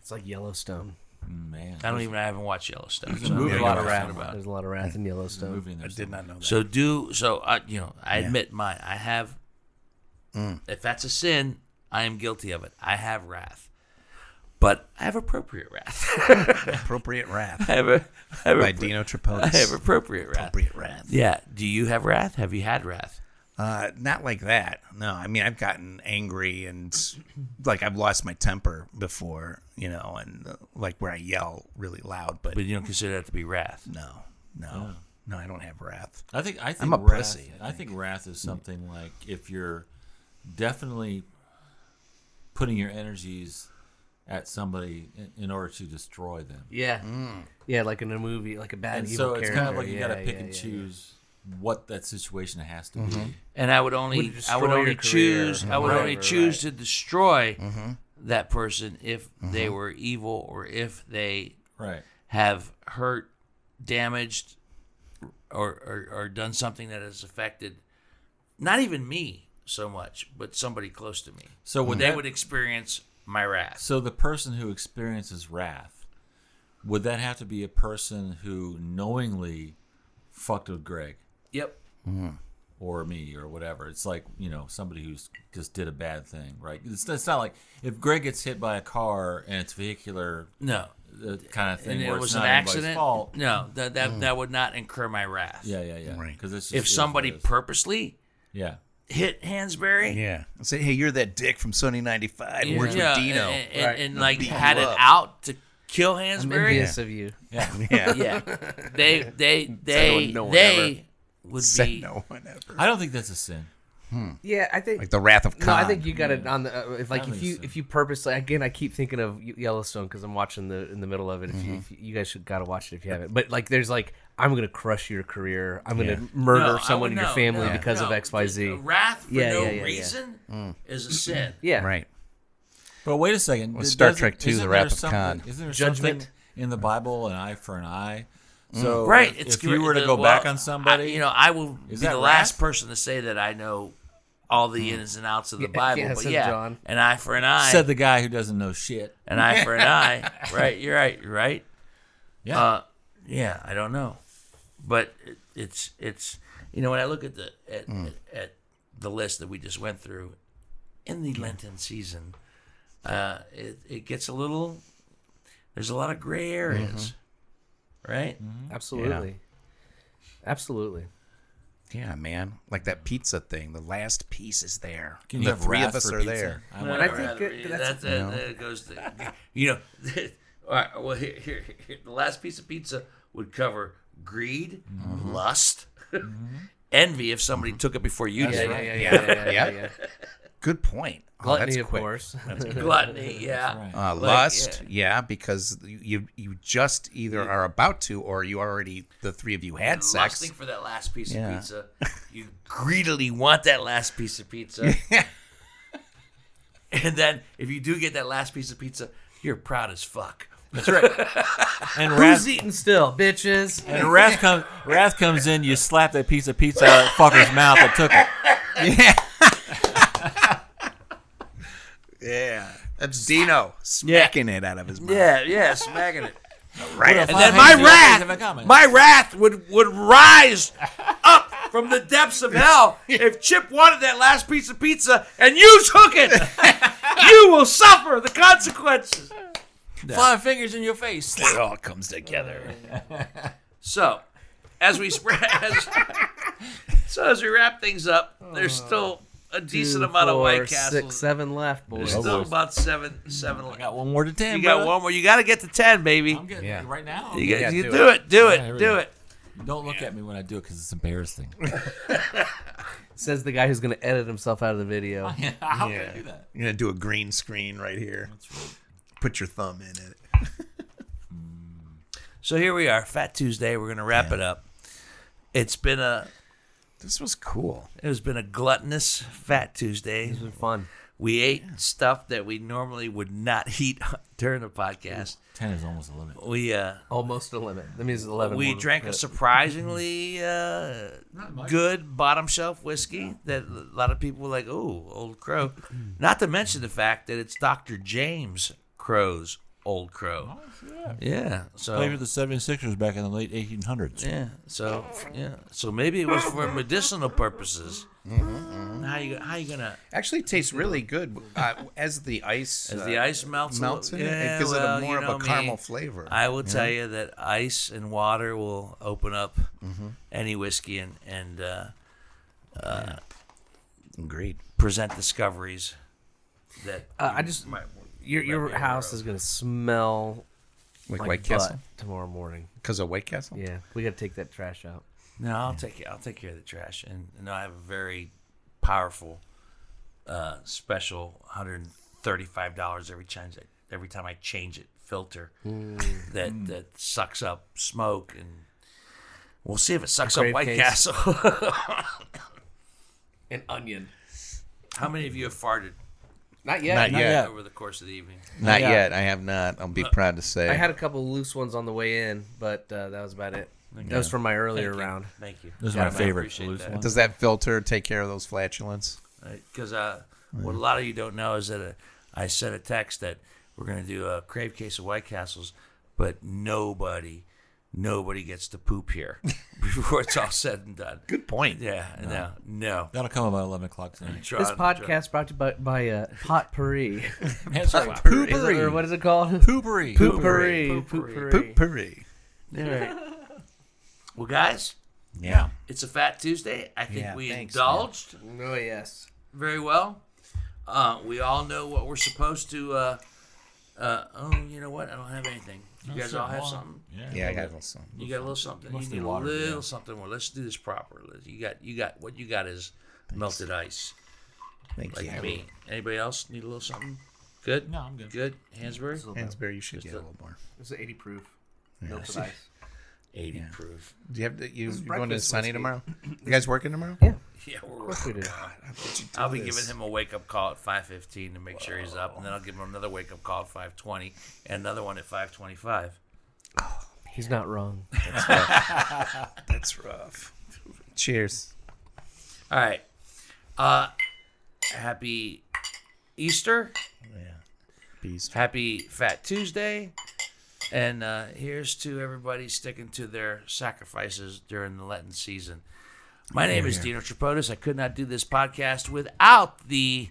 B: It's like Yellowstone.
C: Man.
A: I don't even I haven't watched Yellowstone. so I
C: movie
A: don't know
C: about
A: what
C: it.
A: I'm talking about.
B: There's a lot of wrath in Yellowstone.
C: Moving there.
D: Did not know that.
A: So do so. I you know I admit my I have
D: Mm.
A: If that's a sin, I am guilty of it. I have wrath, but I have appropriate wrath.
D: Appropriate Wrath
A: I have a, I have,
D: by
A: appro-
D: Dino
A: I have
D: Tripodis.
A: appropriate wrath.
D: Appropriate Wrath.
A: Yeah. Do you have wrath? Have you had wrath?
D: Uh, not like that. No, I mean I've gotten angry and like I've lost my temper before, you know, and uh, like where I yell really loud. But,
A: But you don't consider that to be wrath.
D: no, no, no, I don't have wrath.
C: I think I think
D: a
C: wrath,
D: pussy,
C: I think. wrath is something like if you're definitely putting your energies at somebody in, in order to destroy them.
B: Yeah. Mm. Yeah, like in a movie, like a bad
C: And
B: evil
C: so it's
B: character.
C: kind of like you
B: yeah,
C: got to pick
B: yeah,
C: and
B: yeah,
C: choose what that situation has to be.
A: and I would only
B: Would
A: I would
B: destroy
A: only
B: your career.
A: choose I would
B: Right,
A: only
B: right,
A: choose to destroy
D: Mm-hmm.
A: that person if they were evil or if they
C: Right.
A: have hurt, damaged, or or, or done something that has affected not even me so much, but somebody close to me.
C: So would
A: they
C: that-
A: Mm-hmm. would experience my wrath.
C: Mm-hmm. So the person who experiences wrath, would that have to be a person who knowingly fucked with Greg
A: Yep.
C: or me or whatever? It's like you know somebody who's just did a bad thing, right? It's, it's not like if Greg gets hit by a car and it's vehicular
A: No.
C: uh, kind of thing
A: And it
C: where it's
A: was an
C: not anybody's
A: accident.
C: fault.
A: No, that that, that would not incur my wrath.
C: Yeah, yeah, yeah.
D: Right.
C: Because
A: If somebody purposely
C: yeah.
A: hit Hansberry,
D: Yeah,
E: And say, hey, you're that dick from Sunny 95.
A: Yeah.
E: Where's
A: Yeah,
E: with Dino?
A: and, and- and, like
E: beat
A: had
E: you
A: it
E: up.
A: out to kill
B: I'm
A: Hansberry.
B: envious of you.
D: yeah.
A: Yeah, they they they
B: no one
A: they would
D: Said
A: be
D: no one ever.
C: I don't think that's a sin.
B: Yeah, I think
D: Like the Wrath of Khan.
B: No, I think you got it on the uh, if, like
C: don't
B: if you
C: think so.
B: if you purposely again I keep thinking of Ye- Yellowstone because I'm watching the in the middle of it. If,
D: Mm-hmm.
B: you, if you, you guys should gotta watch it if you haven't, but like there's like I'm gonna crush your career. I'm gonna murder
A: No, I
B: someone
A: would-
B: in your
A: no,
B: family
A: no,
B: because of
A: no.
B: X Y
A: The
B: Z.
A: Wrath for
B: Yeah,
A: no
B: yeah, yeah, yeah.
A: reason is a sin.
B: Yeah,
D: Right.
C: But wait a second.
D: Well,
C: th-
D: Star
C: doesn't-
D: Trek II,
C: isn't
D: The Wrath
C: there
D: of
C: something-
D: Khan.
C: Isn't there
B: Judgment.
C: something in the Bible, an eye for an eye?
D: Mm.
C: So
A: Right.
C: if,
A: It's
C: if you were to
A: the-
C: go
A: well,
C: back on
A: I-
C: somebody,
A: you know, I will be
C: Is
A: the
C: that
A: last
C: wrath?
A: person to say that I know all the ins and outs of the Bible.
B: Mm. yeah,
A: but
B: said
A: yeah,
B: John.
A: an eye for an eye,
C: said the guy who doesn't know shit.
A: an eye for an eye. Right. You're right. You're right.
C: Yeah.
A: Uh, yeah, I don't know, but it, it's it's you know when I look at the at, at, at the list that we just went through in the Lenten season, uh, it it gets a little there's a lot of gray areas, right?
B: absolutely, absolutely.
D: Yeah, man. Like that pizza thing. The last piece is there.
C: Can you
D: the
C: have
D: three
C: wrath
D: of us
C: for
D: are
C: pizza?
D: there.
C: I
A: No,
C: want
B: I
A: I'd
B: think
A: rather-
B: it-
A: that's,
B: that's-
A: uh, that goes to, you know. all right, well, here, here, here, the last piece of pizza would cover greed,
D: Mm-hmm.
A: lust, envy. If somebody took it before you did,
B: Yeah, yeah, yeah, yeah, yeah, yeah.
D: Good point. Oh,
B: Gluttony,
D: that's
B: of
D: quick.
B: course.
A: gluttony. Yeah,
C: right.
D: Uh, lust, yeah. because you you just either are about to, or you already the three of you had sex.
A: lusting for that last piece
D: Yeah.
A: of pizza. You greedily want that last piece of pizza. and then if you do get that last piece of pizza, you're proud as fuck.
C: That's right. And
B: Who's
C: wrath,
B: eating still, bitches?
C: and wrath comes. Wrath comes in. You slap that piece of pizza out of that fucker's mouth that took it.
D: Yeah, that's Dino smacking it out of his mouth.
A: Yeah, yeah, smacking it.
C: What
D: Right.
C: a
A: And then
C: fucking
A: my
C: idiot. Have I
A: wrath,
C: got
A: my wrath would would rise up from the depths of hell if Chip wanted that last piece of pizza and you took it. you will suffer the consequences.
C: Five fingers in your face.
D: it all comes together.
A: So, as we spread, as, so as we wrap things up, there's still a decent amount of White Castles.
B: six, seven left, boys.
A: There's still about seven, seven. left.
C: I got one more to ten.
A: you got
C: brother.
A: one more. You got to get to ten, baby.
C: I'm getting
B: Yeah.
C: right now.
A: You, got,
D: Yeah,
A: you
D: do
A: do, it. Do it.
C: here we
A: do
C: go.
A: it.
C: Don't look at me when I do it because it's embarrassing.
B: Says the guy who's gonna edit himself out of the video.
C: How can I do that?
D: You're gonna do a green screen right here. Put your thumb in it.
A: So here we are, Fat Tuesday. We're gonna wrap it up. It's been a
D: This was cool.
A: it has been a gluttonous Fat Tuesday.
B: It's been fun.
A: We ate stuff that we normally would not eat during the podcast.
C: Ten is almost a limit.
A: We uh
B: Almost a limit. That means eleven.
A: we
B: more to-
A: drank a surprisingly uh, good bottom shelf whiskey that a lot of people were like, "Oh, Old Crow." Not to mention the fact that it's Dr. James Crow's Old Crow. yeah. So
C: Played with the 76ers back in the late 1800s.
A: Yeah. So yeah. So maybe it was for medicinal purposes. How you how you gonna
D: Actually, it tastes really good uh, as the ice
A: as the
D: uh,
A: ice melts? a
D: melts in
A: little-
D: it.
A: Yeah,
D: It gives
A: well,
D: it a more
A: you know
D: of a
A: me.
D: caramel flavor.
A: I will tell you that ice and water will open up
D: Mm-hmm.
A: any whiskey and and uh,
D: Agreed.
A: present discoveries that
B: Uh, I just your your house is gonna smell
D: Like
B: like
D: White
B: butt
D: Castle
B: tomorrow morning.
D: because of White Castle.
B: Yeah, we gotta take that trash out.
A: No, I'll take I'll take care of the trash, and, and I have a very powerful uh, special, one hundred and thirty five dollars every time I, every time I change it filter
B: Mm.
A: that that sucks up smoke, and we'll see if it sucks up
B: Grave
A: White
B: case.
A: Castle.
B: An onion.
A: How many of you have farted
B: Not yet.
D: Not, yet.
A: over the course of the evening?
D: Not yet. I have not. I'll be proud to say.
B: I had a couple loose ones on the way in, but uh, that was about it. That was from my earlier
A: Thank you.
B: round.
A: Thank you.
C: Those are
A: Yeah, I
C: my favorite
A: appreciate
C: loose
A: that.
C: ones.
D: Does that filter take care of those flatulence?
A: because uh, what a lot of you don't know is that uh, I sent a text that we're going to do a crave case of White Castles, but nobody, nobody gets to poop here before it's all said and done.
E: Good point.
A: Yeah, no, no.
C: That'll come about eleven o'clock tonight.
A: Try-
B: This
A: try-
B: podcast brought to you by, by uh, Potpourri.
C: That's right.
B: Is it- or what is it called?
C: Poopery.
B: Poopery.
A: Poopery.
B: Poopery.
D: Poopery.
B: All right.
A: Well, guys,
C: Yeah.
A: it's a Fat Tuesday. I think
D: Yeah,
A: we
D: thanks, man.
A: indulged
B: Oh yes.
A: very well. Uh, we all know what we're supposed to. Uh, uh, oh, you know what? I don't have anything. You guys all have something.
C: Yeah.
D: Yeah, I got some.
A: You got a little something. You
C: must be
A: need
C: water,
A: a little
C: yeah.
A: something more. Let's do this proper. Let's- You got you got what you got is melted ice.
D: Thank
A: Like
D: you.
A: me. Anybody else need a little something? Good.
C: No, I'm good.
A: Good. Hansberry.
D: Hansberry, you should get a
A: a-
D: little more.
B: It's eighty proof. Melted ice.
A: Eighty proof.
D: Do you have to, you, you're going to
B: breakfast
D: Sunny
B: whiskey.
D: tomorrow? You guys working tomorrow? Yeah.
A: Yeah, we're
B: We did.
A: I'll be giving him a wake up call at five fifteen to make sure he's up, and then I'll give him another wake up call at five twenty, and another one at five twenty five.
B: He's not wrong.
D: That's rough. Cheers.
A: All right. Uh, happy Easter.
D: Beast.
A: Happy Fat Tuesday. And uh, here's to everybody sticking to their sacrifices during the Lenten season. My name is Dino Tripodis. I could not do this podcast without the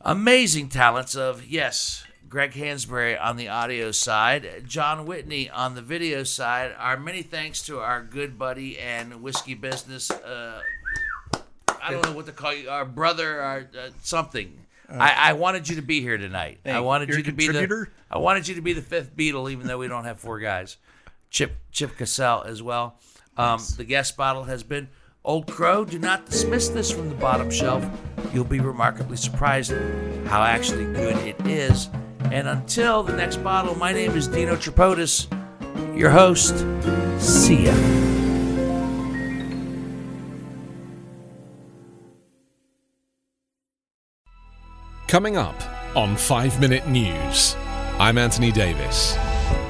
A: amazing talents of, yes, Greg Hansberry on the audio side, John Whitney on the video side. Our many thanks to our good buddy and whiskey business. Uh, I don't know what to call you, our brother, our uh, something. I, I wanted you to be here tonight. I wanted
D: Uh, You're
A: you
D: a
A: to be the.
D: contributor?
A: I wanted you to be the fifth Beatle, even though we don't have four guys. Chip Chip Cassell as well. Um, The guest bottle has been Old Crow. Do not dismiss this from the bottom shelf. You'll be remarkably surprised how actually good it is. And until the next bottle, my name is Dino Tripodis, your host. See ya.
F: Coming up on 5 Minute News, I'm Anthony Davis.